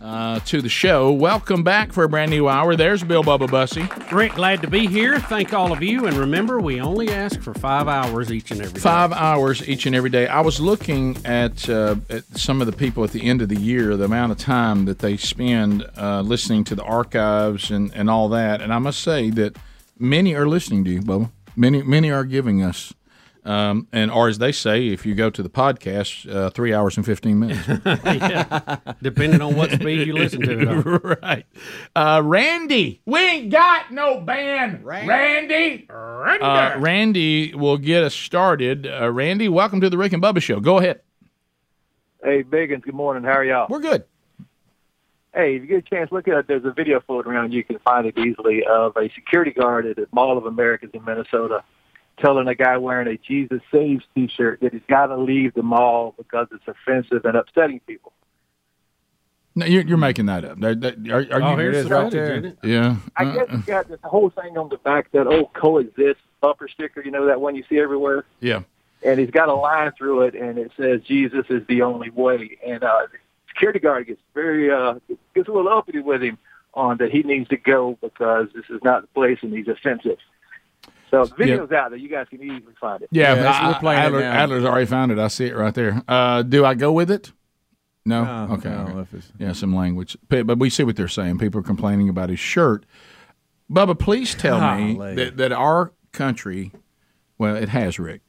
[SPEAKER 1] uh, to the show. Welcome back for a brand new hour. There's Bill Bubba Bussy.
[SPEAKER 2] Rick, glad to be here. Thank all of you. And remember, we only ask for five hours each and every day.
[SPEAKER 1] Five hours each and every day. I was looking at, uh, at some of the people at the end of the year, the amount of time that they spend uh, listening to the archives and, and all that. And I must say that many are listening to you, Bubba. Many, many are giving us. Um, and or as they say, if you go to the podcast, uh, three hours and fifteen minutes.
[SPEAKER 2] Yeah. Depending on what speed you listen to it on.
[SPEAKER 1] right? Uh, Randy, we ain't got no band. Randy, Randy, uh, Randy will get us started. Uh, Randy, welcome to the Rick and Bubba Show. Go ahead.
[SPEAKER 15] Hey, Biggins, good morning. How are y'all?
[SPEAKER 1] We're good.
[SPEAKER 15] Hey, if you get a chance, look at there's a video floating around. You can find it easily of a security guard at the Mall of Americas in Minnesota telling a guy wearing a Jesus Saves T-shirt that he's got to leave the mall because it's offensive and upsetting people.
[SPEAKER 1] No, you're, you're making that up. That- that- are, are
[SPEAKER 15] Oh,
[SPEAKER 1] you,
[SPEAKER 15] here's the footage, isn't it?
[SPEAKER 1] Yeah.
[SPEAKER 15] I
[SPEAKER 1] Uh,
[SPEAKER 15] guess you got this whole thing on the back that old coexist bumper sticker. You know that one you see everywhere.
[SPEAKER 1] yeah.
[SPEAKER 15] and he's got a line through it, and it says Jesus is the only way. And uh, the security guard gets very uh, gets a little uppity with him on that he needs to go because this is not the place, and he's offensive. So the video's out there; you guys can easily find it.
[SPEAKER 1] Yeah, but I- Adler, Adler's already found it. I see it right there. Uh, do I go with it? No.
[SPEAKER 4] No,
[SPEAKER 1] okay.
[SPEAKER 4] no,
[SPEAKER 1] okay.
[SPEAKER 4] if it's-
[SPEAKER 1] Yeah, some language, P- but we see what they're saying. People are complaining about his shirt. Bubba, please tell me
[SPEAKER 4] Golly.
[SPEAKER 1] that, that our country, well, it has Rick.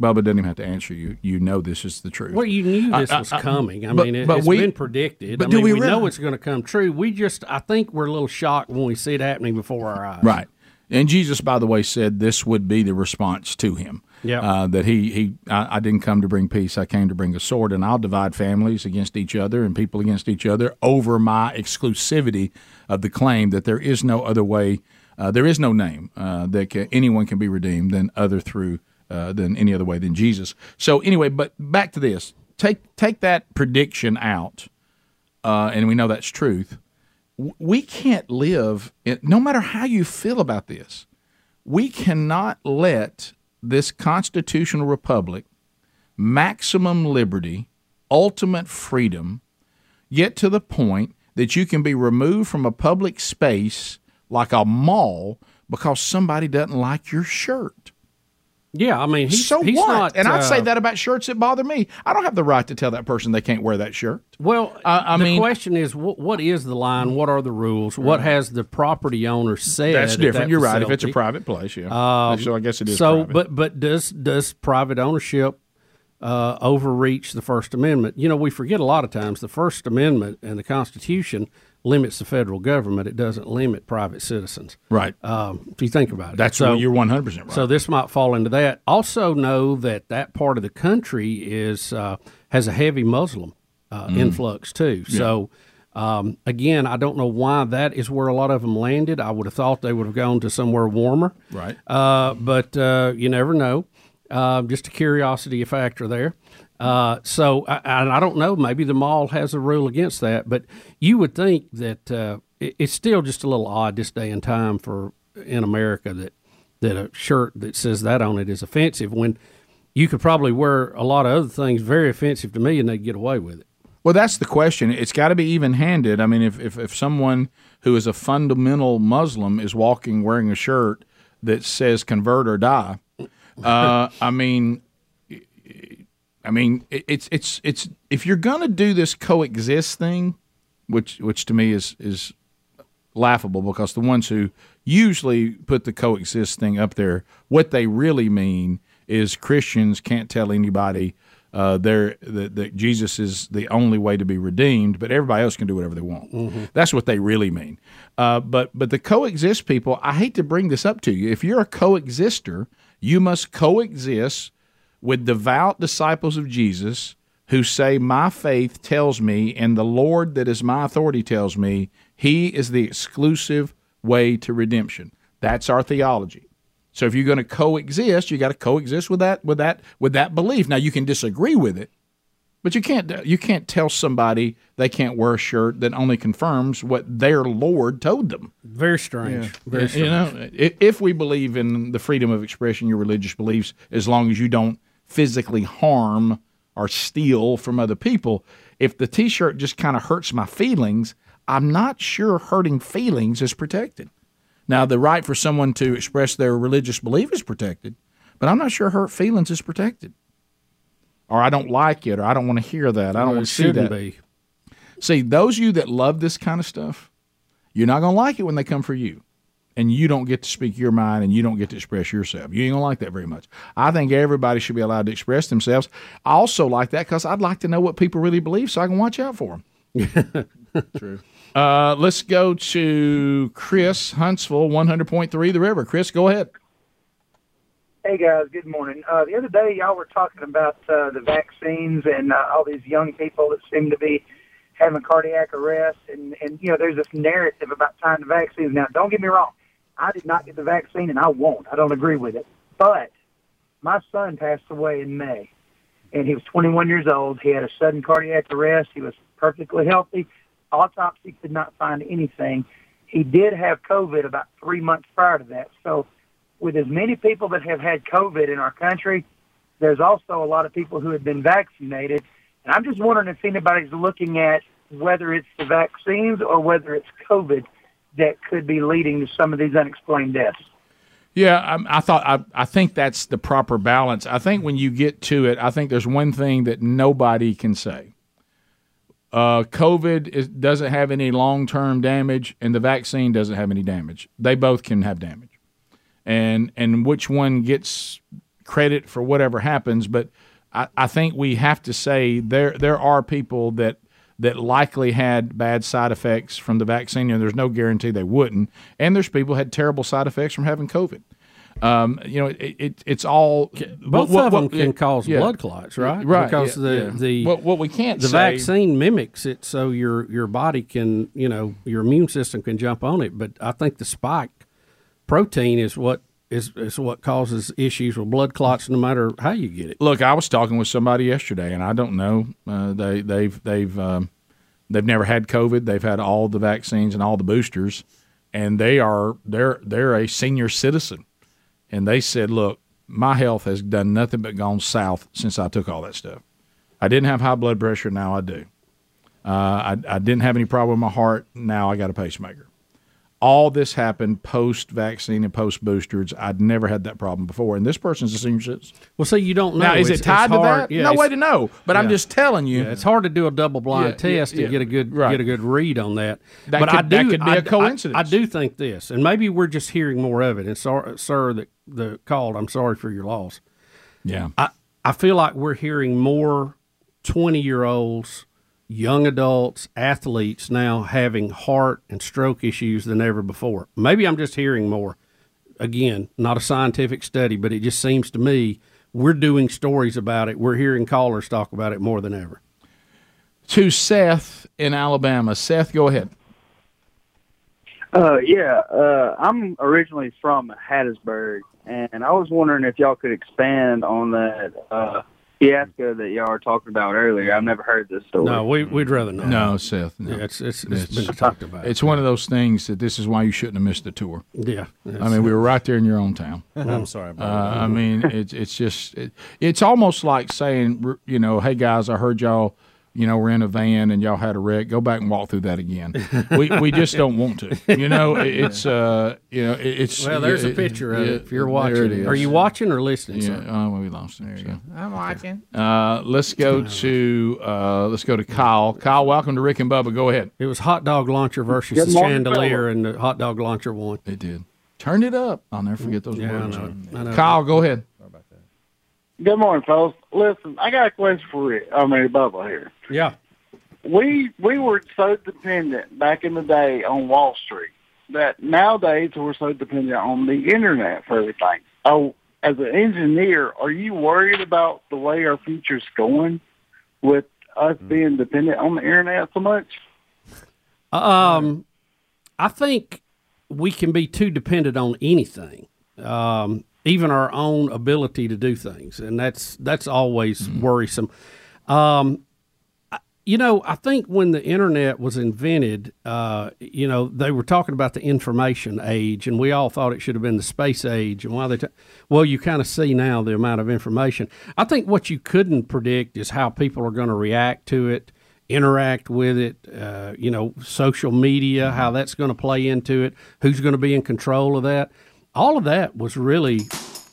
[SPEAKER 1] Bubba doesn't even have to answer you. You know this is the truth.
[SPEAKER 2] Well, you knew this
[SPEAKER 1] I- I-
[SPEAKER 2] was
[SPEAKER 1] I-
[SPEAKER 2] coming. I
[SPEAKER 1] but-
[SPEAKER 2] mean, it,
[SPEAKER 1] but
[SPEAKER 2] has
[SPEAKER 1] we-
[SPEAKER 2] been predicted.
[SPEAKER 1] but
[SPEAKER 2] I
[SPEAKER 1] do
[SPEAKER 2] mean,
[SPEAKER 1] we
[SPEAKER 2] we know
[SPEAKER 1] really-
[SPEAKER 2] it's going to come true. We just, I think we're a little shocked when we see it happening before our eyes.
[SPEAKER 1] Right. And Jesus, by the way, said this would be the response to him.
[SPEAKER 2] Yeah.
[SPEAKER 1] Uh, that he he I, I didn't come to bring peace. I came to bring a sword, and I'll divide families against each other and people against each other over my exclusivity of the claim that there is no other way. Uh, there is no name uh, that can, anyone can be redeemed than other through uh, than any other way than Jesus. So anyway, but back to this. Take take that prediction out uh, and we know that's truth. w- We can't live, in, no matter how you feel about this, we cannot let this constitutional republic, maximum liberty, ultimate freedom, get to the point that you can be removed from a public space like a mall because somebody doesn't like your shirt.
[SPEAKER 2] Yeah, I mean, he's,
[SPEAKER 1] So
[SPEAKER 2] he's
[SPEAKER 1] what?
[SPEAKER 2] not.
[SPEAKER 1] and I'd
[SPEAKER 2] uh,
[SPEAKER 1] say that about shirts that bother me. I don't have the right to tell that person they can't wear that shirt.
[SPEAKER 2] Well,
[SPEAKER 1] I
[SPEAKER 2] the
[SPEAKER 1] mean-
[SPEAKER 2] question is, what, what is the line? What are the rules? What has the property owner said?
[SPEAKER 1] That's
[SPEAKER 2] at
[SPEAKER 1] different.
[SPEAKER 2] that
[SPEAKER 1] You're right. If it's a
[SPEAKER 2] facility?
[SPEAKER 1] private place, yeah.
[SPEAKER 2] Um,
[SPEAKER 1] so I guess it is
[SPEAKER 2] So,
[SPEAKER 1] private.
[SPEAKER 2] but but does does private ownership uh, overreach the First Amendment. You know, we forget a lot of times the First Amendment and the Constitution limits the federal government. It doesn't limit private citizens.
[SPEAKER 1] Right.
[SPEAKER 2] Um, if you think about it.
[SPEAKER 1] That's
[SPEAKER 2] so,
[SPEAKER 1] what you're 100% right.
[SPEAKER 2] So this might fall into that. Also know that that part of the country is uh, has a heavy Muslim uh,
[SPEAKER 1] Mm.
[SPEAKER 2] influx too.
[SPEAKER 1] Yeah.
[SPEAKER 2] So um, again, I don't know why that is where a lot of them landed. I would have thought they would have gone to somewhere warmer.
[SPEAKER 1] Right.
[SPEAKER 2] Uh, but uh, you never know. Uh, just a curiosity factor there. Uh, so I, I, I don't know. Maybe the mall has a rule against that, but you would think that uh, it, it's still just a little odd this day and time for in America that that a shirt that says that on it is offensive when you could probably wear a lot of other things very offensive to me and they'd get away with it.
[SPEAKER 1] Well, that's the question. It's got to be even handed. I mean, if, if, if someone who is a fundamental Muslim is walking wearing a shirt that says convert or die, uh, I mean, I mean, it- it's, it's, it's, if you're going to do this coexist thing, which, which to me is, is laughable because the ones who usually put the coexist thing up there, what they really mean is Christians can't tell anybody uh, they're, that, that Jesus is the only way to be redeemed, but everybody else can do whatever they want. That's what they really mean. Uh, but but the coexist people, I hate to bring this up to you. If you're a coexister, you must coexist with devout disciples of Jesus who say, My faith tells me, and the Lord that is my authority tells me, He is the exclusive way to redemption. That's our theology. So if you're going to coexist, you got to coexist with that with that with that belief. Now you can disagree with it, but you can't you can't tell somebody they can't wear a shirt that only confirms what their Lord told them.
[SPEAKER 2] Very strange. Very
[SPEAKER 1] You
[SPEAKER 2] strange.
[SPEAKER 1] know, i- if we believe in the freedom of expression, your religious beliefs, as long as you don't physically harm or steal from other people, if the T-shirt just kind of hurts my feelings, I'm not sure hurting feelings is protected. Now, the right for someone to express their religious belief is protected, but I'm not sure hurt feelings is protected. Or I don't like it, or I don't want to hear that. I don't
[SPEAKER 2] Well,
[SPEAKER 1] want
[SPEAKER 2] it
[SPEAKER 1] to see
[SPEAKER 2] shouldn't
[SPEAKER 1] that.
[SPEAKER 2] be.
[SPEAKER 1] See, those of you that love this kind of stuff, you're not going to like it when they come for you. And you don't get to speak your mind and you don't get to express yourself. You ain't going to like that very much. I think everybody should be allowed to express themselves. I also like that because I'd like to know what people really believe so I can watch out for them.
[SPEAKER 4] True.
[SPEAKER 1] Uh, let's go to Chris Huntsville, 100.3 The River. Chris, go ahead.
[SPEAKER 16] Hey guys, good morning. Uh, the other day, y'all were talking about uh, the vaccines and uh, all these young people that seem to be having cardiac arrest, and and you know, there's this narrative about tying the vaccines. Now, don't get me wrong, I did not get the vaccine, and I won't. I don't agree with it. But my son passed away in May, and he was 21 years old. He had a sudden cardiac arrest. He was perfectly healthy. Autopsy could not find anything. He did have COVID about three months prior to that, so with as many people that have had COVID in our country, there's also a lot of people who have been vaccinated. And I'm just wondering if anybody's looking at whether it's the vaccines or whether it's COVID that could be leading to some of these unexplained deaths.
[SPEAKER 1] Yeah, um, I, I thought I, I think that's the proper balance. I think when you get to it, I think there's one thing that nobody can say. Uh, COVID is, doesn't have any long term damage, and the vaccine doesn't have any damage. They both can have damage, and and which one gets credit for whatever happens? But I, I think we have to say there there are people that that likely had bad side effects from the vaccine, and there's no guarantee they wouldn't. And there's people who had terrible side effects from having COVID. Um, you know, it, it, it's all
[SPEAKER 2] Both
[SPEAKER 1] what-
[SPEAKER 2] of
[SPEAKER 1] what-
[SPEAKER 2] them can
[SPEAKER 1] yeah,
[SPEAKER 2] cause
[SPEAKER 1] yeah.
[SPEAKER 2] blood clots, right?
[SPEAKER 1] Right,
[SPEAKER 2] Because
[SPEAKER 1] yeah,
[SPEAKER 2] the
[SPEAKER 1] yeah.
[SPEAKER 2] the
[SPEAKER 1] What- what we can't
[SPEAKER 2] the
[SPEAKER 1] say-
[SPEAKER 2] vaccine mimics it, so your your body can you know your immune system can jump on it. But I think the spike protein is what is is what causes issues with blood clots, no matter how you get it.
[SPEAKER 1] Look, I was talking with somebody yesterday, and I don't know. Uh, they they've they've um, they've never had COVID. They've had all the vaccines and all the boosters, and they are they're they're a senior citizen, and they said, "Look, my health has done nothing but gone south since I took all that stuff. I didn't have high blood pressure. Now I do. Uh, I I didn't have any problem with my heart. Now I got a pacemaker." all this happened post vaccine and post boosters. I'd never had that problem before. And this person's a senior citizen.
[SPEAKER 2] Well, so you don't know.
[SPEAKER 1] Now, is
[SPEAKER 2] It's-
[SPEAKER 1] it tied
[SPEAKER 2] it's
[SPEAKER 1] to
[SPEAKER 2] hard.
[SPEAKER 1] that?
[SPEAKER 2] Yeah,
[SPEAKER 1] no
[SPEAKER 2] it's-
[SPEAKER 1] way to know. But I'm
[SPEAKER 2] Yeah.
[SPEAKER 1] just telling you.
[SPEAKER 2] Yeah, it's hard to do a double blind
[SPEAKER 1] Yeah, yeah,
[SPEAKER 2] test
[SPEAKER 1] yeah.
[SPEAKER 2] and get a good
[SPEAKER 1] Right.
[SPEAKER 2] get a good read on that.
[SPEAKER 1] That
[SPEAKER 2] but
[SPEAKER 1] could-
[SPEAKER 2] I do,
[SPEAKER 1] that could be
[SPEAKER 2] I-
[SPEAKER 1] a
[SPEAKER 2] I-
[SPEAKER 1] coincidence.
[SPEAKER 2] I, do think this, and maybe we're just hearing more of it. And sir, sir that the called, I'm sorry for your loss.
[SPEAKER 1] Yeah.
[SPEAKER 2] I, I feel like we're hearing more 20 year olds, young adults, athletes now having heart and stroke issues than ever before. Maybe I'm just hearing more. Again, not a scientific study, but it just seems to me we're doing stories about it. We're hearing callers talk about it more than ever.
[SPEAKER 1] To Seth in Alabama. Seth, go ahead.
[SPEAKER 17] Uh, yeah, uh, I'm originally from Hattiesburg, and I was wondering if y'all could expand on that uh, fiasco that y'all were talking about earlier. I've never heard this story.
[SPEAKER 2] No, we, we'd rather not.
[SPEAKER 1] No, Seth. No.
[SPEAKER 2] Yeah, it's, it's, it's been talked about.
[SPEAKER 1] It's one of those things that this is why you shouldn't have missed the tour.
[SPEAKER 2] Yeah.
[SPEAKER 1] I mean, we were right there in your own town.
[SPEAKER 2] I'm sorry,
[SPEAKER 1] Uh,
[SPEAKER 2] bro.
[SPEAKER 1] I mean, it's it's just it, it's almost like saying, you know, hey guys, I heard y'all, you know, we're in a van and y'all had a wreck. Go back and walk through that again. We we just don't want to. You know, it- it's uh, you know, it- it's
[SPEAKER 2] Well, there's a picture of it if you're watching. Are you watching or listening?
[SPEAKER 1] Yeah, oh, well, we lost it. so.
[SPEAKER 18] I'm watching.
[SPEAKER 1] Uh, let's go to uh, let's go to Kyle. Kyle, welcome to Rick and Bubba. Go ahead.
[SPEAKER 2] It was hot dog launcher versus
[SPEAKER 1] Good
[SPEAKER 2] the
[SPEAKER 1] morning,
[SPEAKER 2] chandelier, and the hot dog launcher won.
[SPEAKER 1] It did. Turned it up. I'll never forget those
[SPEAKER 2] yeah,
[SPEAKER 1] words.
[SPEAKER 2] I know. I know.
[SPEAKER 1] Kyle, go ahead.
[SPEAKER 18] Good morning, folks. Listen, I got a question for you. I mean, Bubba here.
[SPEAKER 2] Yeah.
[SPEAKER 18] We we were so dependent back in the day on Wall Street that nowadays we're so dependent on the internet for everything. Oh, as an engineer, are you worried about the way our future's going with us being dependent on the internet so much?
[SPEAKER 2] Um, I think we can be too dependent on anything, um, even our own ability to do things, and that's that's always worrisome. Um, I- you know, I think when the internet was invented, uh, you know, they were talking about the information age, and we all thought it should have been the space age. And why they, ta- well, you kind of see now the amount of information. I think what you couldn't predict is how people are going to react to it interact with it, uh, you know, social media, how that's going to play into it, who's going to be in control of that. All of that was really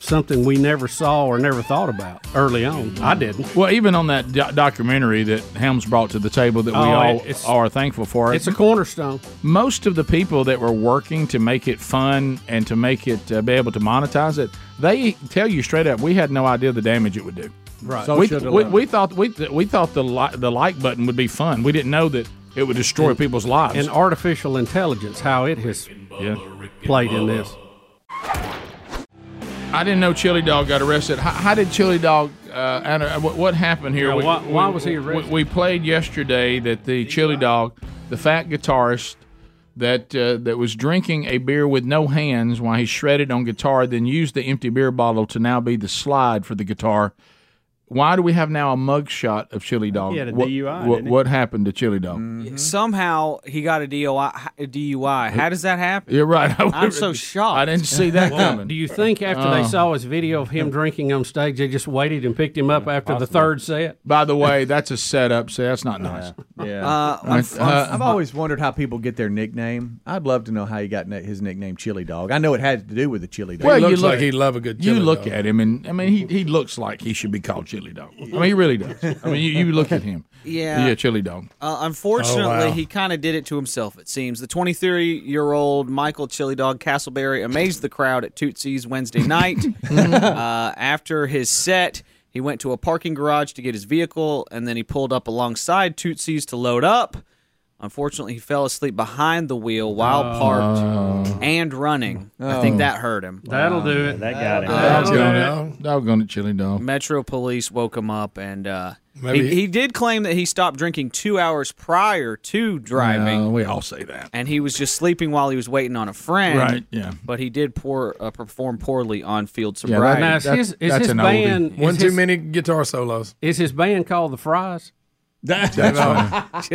[SPEAKER 2] something we never saw or never thought about early on.
[SPEAKER 1] Mm-hmm.
[SPEAKER 2] I didn't.
[SPEAKER 1] Well, even on that do- documentary that Helms brought to the table that we
[SPEAKER 2] Oh,
[SPEAKER 1] all
[SPEAKER 2] it's-
[SPEAKER 1] are thankful for,
[SPEAKER 2] It's a cornerstone.
[SPEAKER 1] most of the people that were working to make it fun and to make it uh, be able to monetize it, they tell you straight up, we had no idea the damage it would do.
[SPEAKER 2] Right.
[SPEAKER 1] We,
[SPEAKER 2] Social
[SPEAKER 1] we,
[SPEAKER 2] dilemma.
[SPEAKER 1] we thought we we thought the li- the like button would be fun. We didn't know that it would destroy
[SPEAKER 2] And-
[SPEAKER 1] people's lives.
[SPEAKER 2] And artificial intelligence, how it has played in this.
[SPEAKER 1] I didn't know Chili Dog got arrested. How, how did Chili Dog? Uh, and, uh, what, what happened here?
[SPEAKER 2] Yeah,
[SPEAKER 1] We-
[SPEAKER 2] why-
[SPEAKER 1] we-
[SPEAKER 2] why was he
[SPEAKER 1] we-
[SPEAKER 2] arrested?
[SPEAKER 1] We, played yesterday that the Chili Dog, the fat guitarist that uh, that was drinking a beer with no hands while he shredded on guitar, then used the empty beer bottle to now be the slide for the guitar. Why do we have now a mugshot of Chili Dog?
[SPEAKER 10] he had a
[SPEAKER 1] what,
[SPEAKER 10] DUI,
[SPEAKER 1] What,
[SPEAKER 10] didn't he? Mm.
[SPEAKER 1] what happened to Chili Dog?
[SPEAKER 10] Somehow he got a DUI. A DUI. How does that happen?
[SPEAKER 1] You're right.
[SPEAKER 10] I'm so shocked.
[SPEAKER 1] I didn't see that
[SPEAKER 2] Well,
[SPEAKER 1] coming.
[SPEAKER 2] Do you think after
[SPEAKER 1] Oh.
[SPEAKER 10] Uh.
[SPEAKER 2] they saw his video of him drinking on stage, they just waited and picked him up after the third set?
[SPEAKER 1] By the way, that's a setup. So that's not nice.
[SPEAKER 5] Yeah,
[SPEAKER 1] I-
[SPEAKER 5] I've,
[SPEAKER 1] uh,
[SPEAKER 5] I've always wondered how people get their nickname. I'd love to know how he got na- his nickname Chili Dog. I know it had to do with the chili dog.
[SPEAKER 1] You look at him, and I mean, he, he looks like he should be called chili dog. I mean, he really does. I mean, you, you look at him.
[SPEAKER 10] Yeah.
[SPEAKER 1] yeah, chili dog.
[SPEAKER 10] Uh, unfortunately,
[SPEAKER 1] Oh, wow.
[SPEAKER 10] he kind of did it to himself, it seems. The 23 year old Michael Chili Dog Castleberry amazed the crowd at Tootsie's Wednesday night. uh, after his set, he went to a parking garage to get his vehicle, and then he pulled up alongside Tootsie's to load up. Unfortunately, he fell asleep behind the wheel while
[SPEAKER 1] Oh.
[SPEAKER 6] Uh,
[SPEAKER 10] parked and running. I think that hurt him.
[SPEAKER 2] That'll do it.
[SPEAKER 10] That
[SPEAKER 2] got him.
[SPEAKER 1] Doggone it, doggone it, chili dog.
[SPEAKER 10] Metro police woke him up, and uh,
[SPEAKER 1] Maybe
[SPEAKER 10] he,
[SPEAKER 1] he-
[SPEAKER 10] he did claim that he stopped drinking two hours prior to driving.
[SPEAKER 1] we all say that.
[SPEAKER 10] And he was just sleeping while he was waiting on a friend.
[SPEAKER 1] Right, yeah.
[SPEAKER 10] But he did poor, uh, perform poorly on field
[SPEAKER 1] Yeah, that-
[SPEAKER 10] sobriety.
[SPEAKER 2] Now, is his, is his band
[SPEAKER 6] One
[SPEAKER 2] is
[SPEAKER 6] too
[SPEAKER 2] his-
[SPEAKER 6] many guitar solos.
[SPEAKER 2] Is his band called the Fries?
[SPEAKER 1] That's That's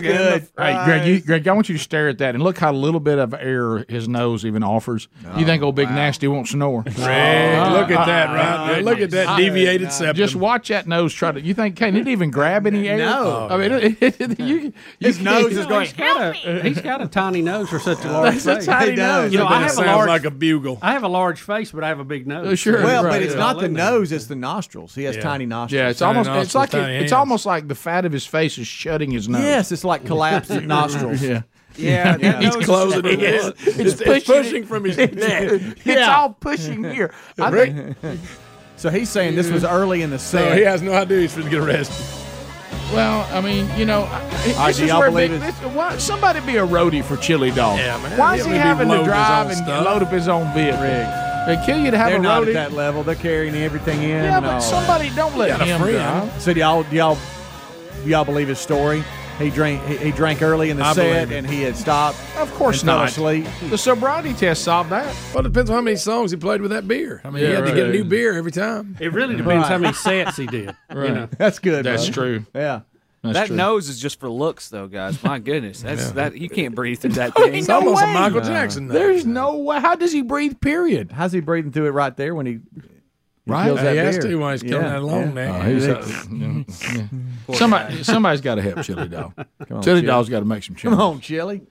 [SPEAKER 1] good. Hey, Greg, you, Greg, I want you to stare at that and look how little bit of air his nose even offers. you think old Big
[SPEAKER 10] Oh,
[SPEAKER 1] Nasty won't snore? Greg,
[SPEAKER 10] Uh,
[SPEAKER 6] look at that, right? Look at that deviated septum.
[SPEAKER 1] Just watch that nose try to. You think can it even grab any air?
[SPEAKER 2] No.
[SPEAKER 1] I mean, it, you, his
[SPEAKER 2] nose is going. He's got, a, he's got a tiny nose for such a large
[SPEAKER 1] That's a
[SPEAKER 2] face.
[SPEAKER 1] tiny He does.
[SPEAKER 2] You know,
[SPEAKER 1] But
[SPEAKER 2] I
[SPEAKER 1] it
[SPEAKER 2] have a
[SPEAKER 1] sounds
[SPEAKER 2] large,
[SPEAKER 1] like
[SPEAKER 5] a bugle.
[SPEAKER 2] I have a large face, but I have a big
[SPEAKER 6] Oh,
[SPEAKER 2] nose.
[SPEAKER 5] Well, but it's not the nose; it's the nostrils. He has
[SPEAKER 2] Yeah.
[SPEAKER 5] tiny nostrils.
[SPEAKER 1] Yeah, it's almost it's like it, it's almost like the fat of his face is shutting his nose.
[SPEAKER 5] Yes, it's like collapsed nostrils.
[SPEAKER 1] yeah.
[SPEAKER 5] Yeah, that
[SPEAKER 1] he's
[SPEAKER 5] nose-
[SPEAKER 1] closing it.
[SPEAKER 5] Yes.
[SPEAKER 1] It's,
[SPEAKER 5] It's
[SPEAKER 1] pushing,
[SPEAKER 5] pushing from his neck.
[SPEAKER 1] It's
[SPEAKER 5] Yeah.
[SPEAKER 1] all pushing here. I
[SPEAKER 5] Rick-
[SPEAKER 1] think-
[SPEAKER 5] So he's saying this was early in the
[SPEAKER 6] So
[SPEAKER 5] set.
[SPEAKER 6] he has no idea he's going to get arrested.
[SPEAKER 19] Well, I mean, you know, I- this
[SPEAKER 5] right, do
[SPEAKER 19] is
[SPEAKER 5] y'all
[SPEAKER 19] where
[SPEAKER 5] believe
[SPEAKER 19] big, this- why, somebody be a roadie for Chili Dog.
[SPEAKER 5] Yeah, man.
[SPEAKER 19] Why
[SPEAKER 5] Yeah,
[SPEAKER 19] is he
[SPEAKER 5] we be
[SPEAKER 19] having to
[SPEAKER 5] loading his
[SPEAKER 19] drive
[SPEAKER 5] own
[SPEAKER 19] and
[SPEAKER 5] stuff.
[SPEAKER 19] load up his own vehicle? They kill you to have
[SPEAKER 5] They're
[SPEAKER 19] a
[SPEAKER 5] not
[SPEAKER 19] roadie.
[SPEAKER 5] at that level. They're carrying everything in.
[SPEAKER 19] Yeah,
[SPEAKER 5] and
[SPEAKER 19] but
[SPEAKER 5] all.
[SPEAKER 19] somebody- don't let You got a him friend. drive.
[SPEAKER 5] So do y'all do y'all do y'all believe his story? He drank he, he drank early in the
[SPEAKER 19] I
[SPEAKER 5] set
[SPEAKER 19] believe it.
[SPEAKER 5] and he had stopped.
[SPEAKER 19] Of course
[SPEAKER 5] and fell
[SPEAKER 19] not.
[SPEAKER 5] asleep.
[SPEAKER 19] The sobriety test solved that.
[SPEAKER 6] Well, it depends on how many songs he played with that beer. I mean, he
[SPEAKER 19] Yeah,
[SPEAKER 6] had to get a
[SPEAKER 19] right.
[SPEAKER 6] new beer every time.
[SPEAKER 2] It really depends how many sets he did.
[SPEAKER 6] Right. know.
[SPEAKER 5] That's good.
[SPEAKER 10] That's
[SPEAKER 5] brother.
[SPEAKER 10] true.
[SPEAKER 5] Yeah.
[SPEAKER 10] that nose is just for looks, though, guys. My goodness, that's that you can't breathe through that
[SPEAKER 19] I
[SPEAKER 10] thing.
[SPEAKER 19] mean, no way. There's no way. How does he breathe? Period.
[SPEAKER 5] How's he breathing through it right there when he? he
[SPEAKER 19] Right.
[SPEAKER 5] feels
[SPEAKER 19] He
[SPEAKER 5] that
[SPEAKER 19] has
[SPEAKER 5] beer?
[SPEAKER 19] to when he's killing that long neck.
[SPEAKER 5] Yeah.
[SPEAKER 19] Oh, he's a-
[SPEAKER 1] Poor Somebody- guy. somebody's gotta help Chili Dog. Chili Dog's gotta make some
[SPEAKER 5] Come on,
[SPEAKER 1] changes.
[SPEAKER 5] Chili.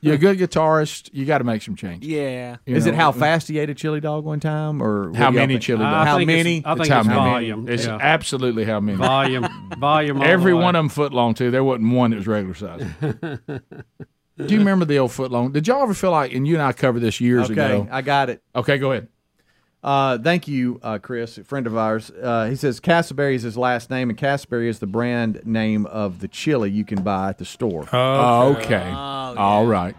[SPEAKER 1] You're a good guitarist. You got to make some changes.
[SPEAKER 10] Yeah.
[SPEAKER 1] You
[SPEAKER 5] Is it
[SPEAKER 1] know,
[SPEAKER 5] how
[SPEAKER 19] uh,
[SPEAKER 1] it-
[SPEAKER 5] fast he ate a chili dog one time,
[SPEAKER 1] How
[SPEAKER 5] or what do y'all
[SPEAKER 1] many
[SPEAKER 5] think?
[SPEAKER 1] chili dogs?
[SPEAKER 5] How many?
[SPEAKER 1] how many. It's absolutely how many.
[SPEAKER 2] Volume. Volume all the
[SPEAKER 1] Every
[SPEAKER 2] way.
[SPEAKER 1] one of them foot long too. There wasn't one that was regular size. Do you remember the old foot long? Did y'all ever feel like? And you and I covered this years
[SPEAKER 5] okay,
[SPEAKER 1] ago.
[SPEAKER 5] I got it.
[SPEAKER 1] Okay, go ahead.
[SPEAKER 5] Uh, thank you, uh, Chris, a friend of ours. Uh, he says Cassaberry is his last name, and Cassaberry is the brand name of the chili you can buy at the store.
[SPEAKER 1] Oh, okay. All right.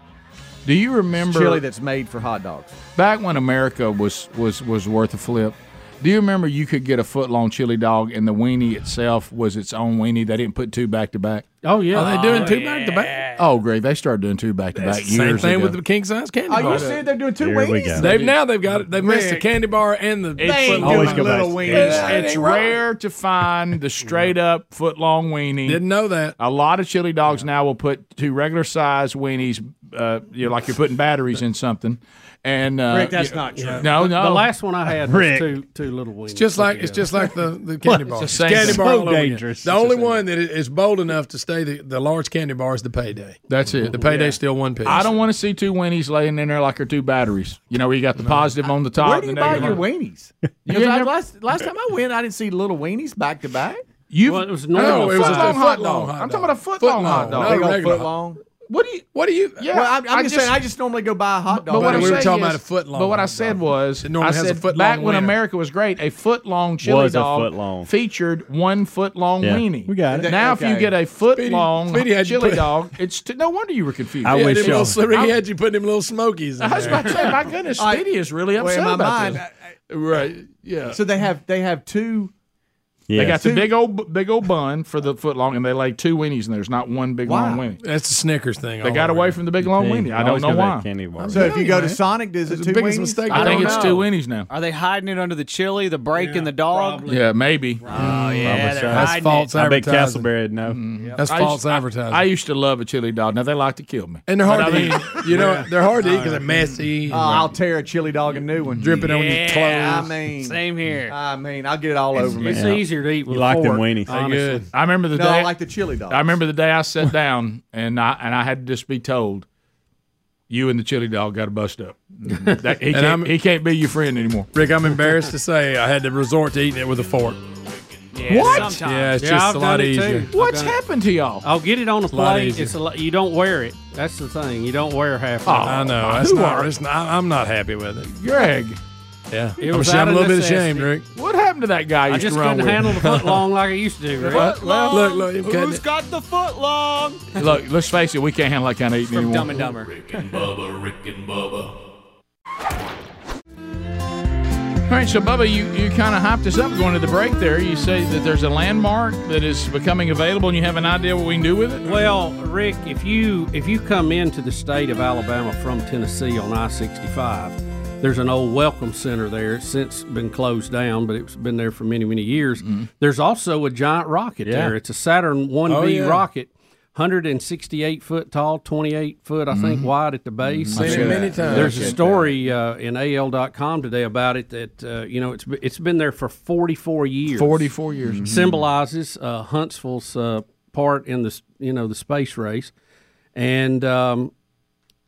[SPEAKER 1] Do you remember
[SPEAKER 5] chili that's made for hot dogs.
[SPEAKER 1] back when America was was was worth a flip? Do you remember you could get a foot long chili dog and the weenie itself was its own weenie? They didn't put two back to back.
[SPEAKER 2] Oh yeah.
[SPEAKER 6] Are they doing two back to back?
[SPEAKER 1] Oh, great! They started doing two back to
[SPEAKER 6] That's
[SPEAKER 1] back
[SPEAKER 6] the same
[SPEAKER 1] years
[SPEAKER 6] thing
[SPEAKER 1] ago.
[SPEAKER 6] with the king size candy
[SPEAKER 5] Are
[SPEAKER 6] bar.
[SPEAKER 5] Oh, you serious? They're doing two
[SPEAKER 1] Here we
[SPEAKER 5] weenies?
[SPEAKER 1] go.
[SPEAKER 6] They've now they've got they missed the
[SPEAKER 1] Man.
[SPEAKER 6] candy bar and the
[SPEAKER 1] ain't
[SPEAKER 6] Always
[SPEAKER 1] doing
[SPEAKER 6] go back
[SPEAKER 1] little
[SPEAKER 6] to-
[SPEAKER 1] weenies.
[SPEAKER 6] Yeah.
[SPEAKER 1] It's-
[SPEAKER 6] That ain't
[SPEAKER 1] It's
[SPEAKER 6] right.
[SPEAKER 1] rare to find the straight up foot long weenie. Didn't
[SPEAKER 6] know that.
[SPEAKER 1] A lot of chili dogs now will put two regular size weenies, uh, you know, like you're putting batteries in something. And uh,
[SPEAKER 2] Rick, that's
[SPEAKER 1] you-
[SPEAKER 2] not true.
[SPEAKER 1] No, no.
[SPEAKER 2] The last one I had was two- two little
[SPEAKER 6] It's
[SPEAKER 2] weenies
[SPEAKER 6] just
[SPEAKER 2] put
[SPEAKER 6] like it's
[SPEAKER 2] together.
[SPEAKER 6] just like the, the
[SPEAKER 2] What?
[SPEAKER 6] candy bar.
[SPEAKER 2] It's
[SPEAKER 6] It's
[SPEAKER 2] the same
[SPEAKER 6] candy
[SPEAKER 2] thing.
[SPEAKER 6] bar
[SPEAKER 2] So
[SPEAKER 6] all over again.
[SPEAKER 2] dangerous.
[SPEAKER 6] The
[SPEAKER 2] It's the
[SPEAKER 6] only one that is bold enough to stay the, the large candy bar is the payday.
[SPEAKER 1] That's it.
[SPEAKER 6] The payday's still one piece.
[SPEAKER 1] I don't want to see two weenies laying in there like they're two batteries. You know, where you got the positive on the top.
[SPEAKER 5] Where do you
[SPEAKER 1] and
[SPEAKER 5] buy
[SPEAKER 1] negative
[SPEAKER 5] your
[SPEAKER 1] on-
[SPEAKER 5] weenies?
[SPEAKER 1] You
[SPEAKER 5] 'Cause I-
[SPEAKER 1] never-
[SPEAKER 5] last, last time I went, I didn't see little weenies back to back.
[SPEAKER 1] You
[SPEAKER 2] well, it was
[SPEAKER 5] normal.
[SPEAKER 1] No, it was
[SPEAKER 5] Foot
[SPEAKER 1] a
[SPEAKER 5] long hot
[SPEAKER 1] foot long
[SPEAKER 5] dog.
[SPEAKER 1] hot
[SPEAKER 5] I'm
[SPEAKER 1] dog.
[SPEAKER 5] talking about a foot
[SPEAKER 1] Foot
[SPEAKER 5] long
[SPEAKER 1] long,
[SPEAKER 5] hot dog.
[SPEAKER 1] not
[SPEAKER 5] Big
[SPEAKER 1] a
[SPEAKER 5] old
[SPEAKER 1] regular
[SPEAKER 5] foot
[SPEAKER 1] hot-
[SPEAKER 5] long.
[SPEAKER 1] What do you? What do you?
[SPEAKER 5] Yeah, well, I'm, I'm
[SPEAKER 1] I
[SPEAKER 5] just, saying. I just normally go buy a hot dog.
[SPEAKER 1] But what
[SPEAKER 5] I
[SPEAKER 1] I'm
[SPEAKER 5] said
[SPEAKER 1] saying
[SPEAKER 5] is-
[SPEAKER 1] is- But what I said was,
[SPEAKER 5] normally
[SPEAKER 1] I
[SPEAKER 5] has a
[SPEAKER 1] said
[SPEAKER 5] foot
[SPEAKER 1] back
[SPEAKER 5] long
[SPEAKER 1] when
[SPEAKER 5] wiener.
[SPEAKER 1] America was great, a foot long chili
[SPEAKER 5] Was a
[SPEAKER 1] dog
[SPEAKER 5] foot long.
[SPEAKER 1] featured one foot long
[SPEAKER 5] Yeah.
[SPEAKER 1] weenie.
[SPEAKER 5] We got it.
[SPEAKER 1] Now, if
[SPEAKER 5] Okay.
[SPEAKER 1] you get a foot
[SPEAKER 5] Speedy-
[SPEAKER 1] long
[SPEAKER 5] Speedy had you
[SPEAKER 1] chili
[SPEAKER 5] put-
[SPEAKER 1] dog, it's t- no wonder you were confused.
[SPEAKER 6] I wish y'all. Ricky had you putting them little smokies. In
[SPEAKER 1] I was
[SPEAKER 6] there.
[SPEAKER 1] about to say, my goodness,
[SPEAKER 5] I-
[SPEAKER 1] Speedy is really
[SPEAKER 5] Well,
[SPEAKER 1] upset
[SPEAKER 5] in my
[SPEAKER 1] about
[SPEAKER 5] mind,
[SPEAKER 1] this. right? Yeah.
[SPEAKER 5] So they have they have two.
[SPEAKER 1] They got the
[SPEAKER 5] Two-
[SPEAKER 1] big old big old bun for the foot long, and they lay two weenies, and there's not one big long
[SPEAKER 5] Wow.
[SPEAKER 1] weenie.
[SPEAKER 6] That's the Snickers thing.
[SPEAKER 1] They
[SPEAKER 6] all
[SPEAKER 1] got
[SPEAKER 6] over
[SPEAKER 1] away
[SPEAKER 6] again.
[SPEAKER 1] from the big long
[SPEAKER 6] You think?
[SPEAKER 1] weenie. I don't
[SPEAKER 6] Always
[SPEAKER 1] know
[SPEAKER 6] go back
[SPEAKER 1] why.
[SPEAKER 6] candy bar.
[SPEAKER 5] So if you go to
[SPEAKER 6] man.
[SPEAKER 5] Sonic, is
[SPEAKER 6] That's
[SPEAKER 5] it
[SPEAKER 6] the
[SPEAKER 5] two
[SPEAKER 6] biggest
[SPEAKER 5] weenies?
[SPEAKER 6] mistake
[SPEAKER 1] I think it's two weenies now.
[SPEAKER 10] Are they hiding it under the chili, the break, and the dog?
[SPEAKER 1] Yeah, maybe. Oh
[SPEAKER 10] yeah, they're That's hiding false it.
[SPEAKER 1] I bet
[SPEAKER 10] advertising.
[SPEAKER 1] no.
[SPEAKER 6] Mm-hmm. That's
[SPEAKER 1] I
[SPEAKER 6] false
[SPEAKER 1] used- I-
[SPEAKER 6] advertising.
[SPEAKER 1] I, used to love a chili dog. Now they like to kill me.
[SPEAKER 6] And they're hard
[SPEAKER 1] But I
[SPEAKER 6] to
[SPEAKER 1] mean-
[SPEAKER 6] eat. You know, they're hard to eat because they're messy.
[SPEAKER 5] Oh, I'll tear a chili dog a new one.
[SPEAKER 6] Dripping on your
[SPEAKER 5] Yeah,
[SPEAKER 6] clothes.
[SPEAKER 5] I mean,
[SPEAKER 10] same here.
[SPEAKER 5] I mean, I'll get it all over me.
[SPEAKER 2] It's easier to eat with
[SPEAKER 1] You
[SPEAKER 2] a
[SPEAKER 1] like them
[SPEAKER 2] fork,
[SPEAKER 1] weenies. They
[SPEAKER 2] honestly.
[SPEAKER 1] good. I remember the
[SPEAKER 5] no,
[SPEAKER 1] day-
[SPEAKER 5] I like the chili dog.
[SPEAKER 1] I remember the day I sat down and I and I had to just be told, you and the chili dog got to bust up. That- he,
[SPEAKER 6] And I'm-
[SPEAKER 1] can't, he can't be your friend anymore.
[SPEAKER 6] Rick, I'm embarrassed to say I had to resort to eating it with a fork.
[SPEAKER 1] what?
[SPEAKER 6] Yeah, it's just a lot easier.
[SPEAKER 1] What's happened to y'all?
[SPEAKER 2] I'll get it on a
[SPEAKER 6] a lot
[SPEAKER 2] plate.
[SPEAKER 6] easier. Oh,
[SPEAKER 2] It's a lot. You don't wear it. That's the thing. You don't wear half. of it.
[SPEAKER 6] I know. That's not, it's not, I'm not happy with it.
[SPEAKER 1] Greg.
[SPEAKER 6] Yeah.
[SPEAKER 2] It
[SPEAKER 6] I'm,
[SPEAKER 2] was
[SPEAKER 6] ashamed-
[SPEAKER 2] out
[SPEAKER 6] I'm a
[SPEAKER 2] of
[SPEAKER 6] little bit
[SPEAKER 2] necessity.
[SPEAKER 6] ashamed, Rick.
[SPEAKER 1] What happened to that guy? you
[SPEAKER 2] I
[SPEAKER 1] used
[SPEAKER 2] just
[SPEAKER 1] to run
[SPEAKER 2] couldn't
[SPEAKER 1] with?
[SPEAKER 2] handle the foot long like I used to do. Right?
[SPEAKER 1] Foot long. Look, look, you're cutting
[SPEAKER 10] Who's
[SPEAKER 1] it.
[SPEAKER 10] got the foot long?
[SPEAKER 1] Look, let's face it, we can't handle that kind of eating
[SPEAKER 10] From
[SPEAKER 1] anymore.
[SPEAKER 10] Dumb and Dumber.
[SPEAKER 7] Rick and Bubba, Rick and Bubba.
[SPEAKER 1] All right, so Bubba, you, you kind of hyped us up going to the break there. You say that there's a landmark that is becoming available and you have an idea what we can do with it?
[SPEAKER 2] Well, Rick, if you if you come into the state of Alabama from Tennessee on I sixty five, there's an old welcome center there. It's since been closed down, but it's been there for many many years. There's also a giant rocket
[SPEAKER 1] Mm-hmm. Yeah.
[SPEAKER 2] there. It's a Saturn one B
[SPEAKER 1] Oh, yeah.
[SPEAKER 2] rocket. 168 foot tall, 28 foot, I
[SPEAKER 1] Mm-hmm.
[SPEAKER 2] think, wide at the base.
[SPEAKER 6] I've seen it many times.
[SPEAKER 2] There's
[SPEAKER 6] I've
[SPEAKER 2] a
[SPEAKER 6] seen
[SPEAKER 2] story uh, in AL.com today about it that, uh, you know, it's be- it's been there for 44 years. Mm-hmm.
[SPEAKER 1] 44 years. Mhm.
[SPEAKER 2] Symbolizes uh, Huntsville's uh, part in the, s- you know, the space race. And um,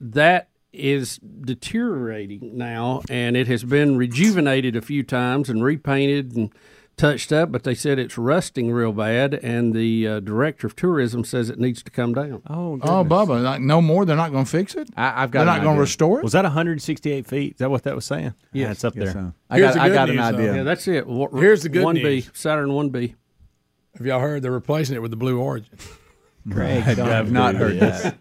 [SPEAKER 2] that is deteriorating now, and it has been rejuvenated a few times and repainted and touched up, but they said it's rusting real bad, and the uh, director of tourism says it needs to come down.
[SPEAKER 4] Oh,
[SPEAKER 9] Oh, Bubba, like, no more. They're not going to fix it.
[SPEAKER 4] I, I've
[SPEAKER 9] They're not going to restore it.
[SPEAKER 4] Was that 168 feet? Is that what that was saying? Yeah, it's up there. I
[SPEAKER 2] Here's
[SPEAKER 4] got,
[SPEAKER 2] the
[SPEAKER 4] I
[SPEAKER 2] good
[SPEAKER 4] got
[SPEAKER 2] news,
[SPEAKER 4] an
[SPEAKER 2] though.
[SPEAKER 4] idea.
[SPEAKER 2] Yeah, that's it. Wa-
[SPEAKER 6] Here's the good
[SPEAKER 2] 1B,
[SPEAKER 6] news.
[SPEAKER 2] Saturn 1B.
[SPEAKER 6] Have y'all heard they're replacing it with the Blue Origin?
[SPEAKER 4] Craig, I don't have not do heard this.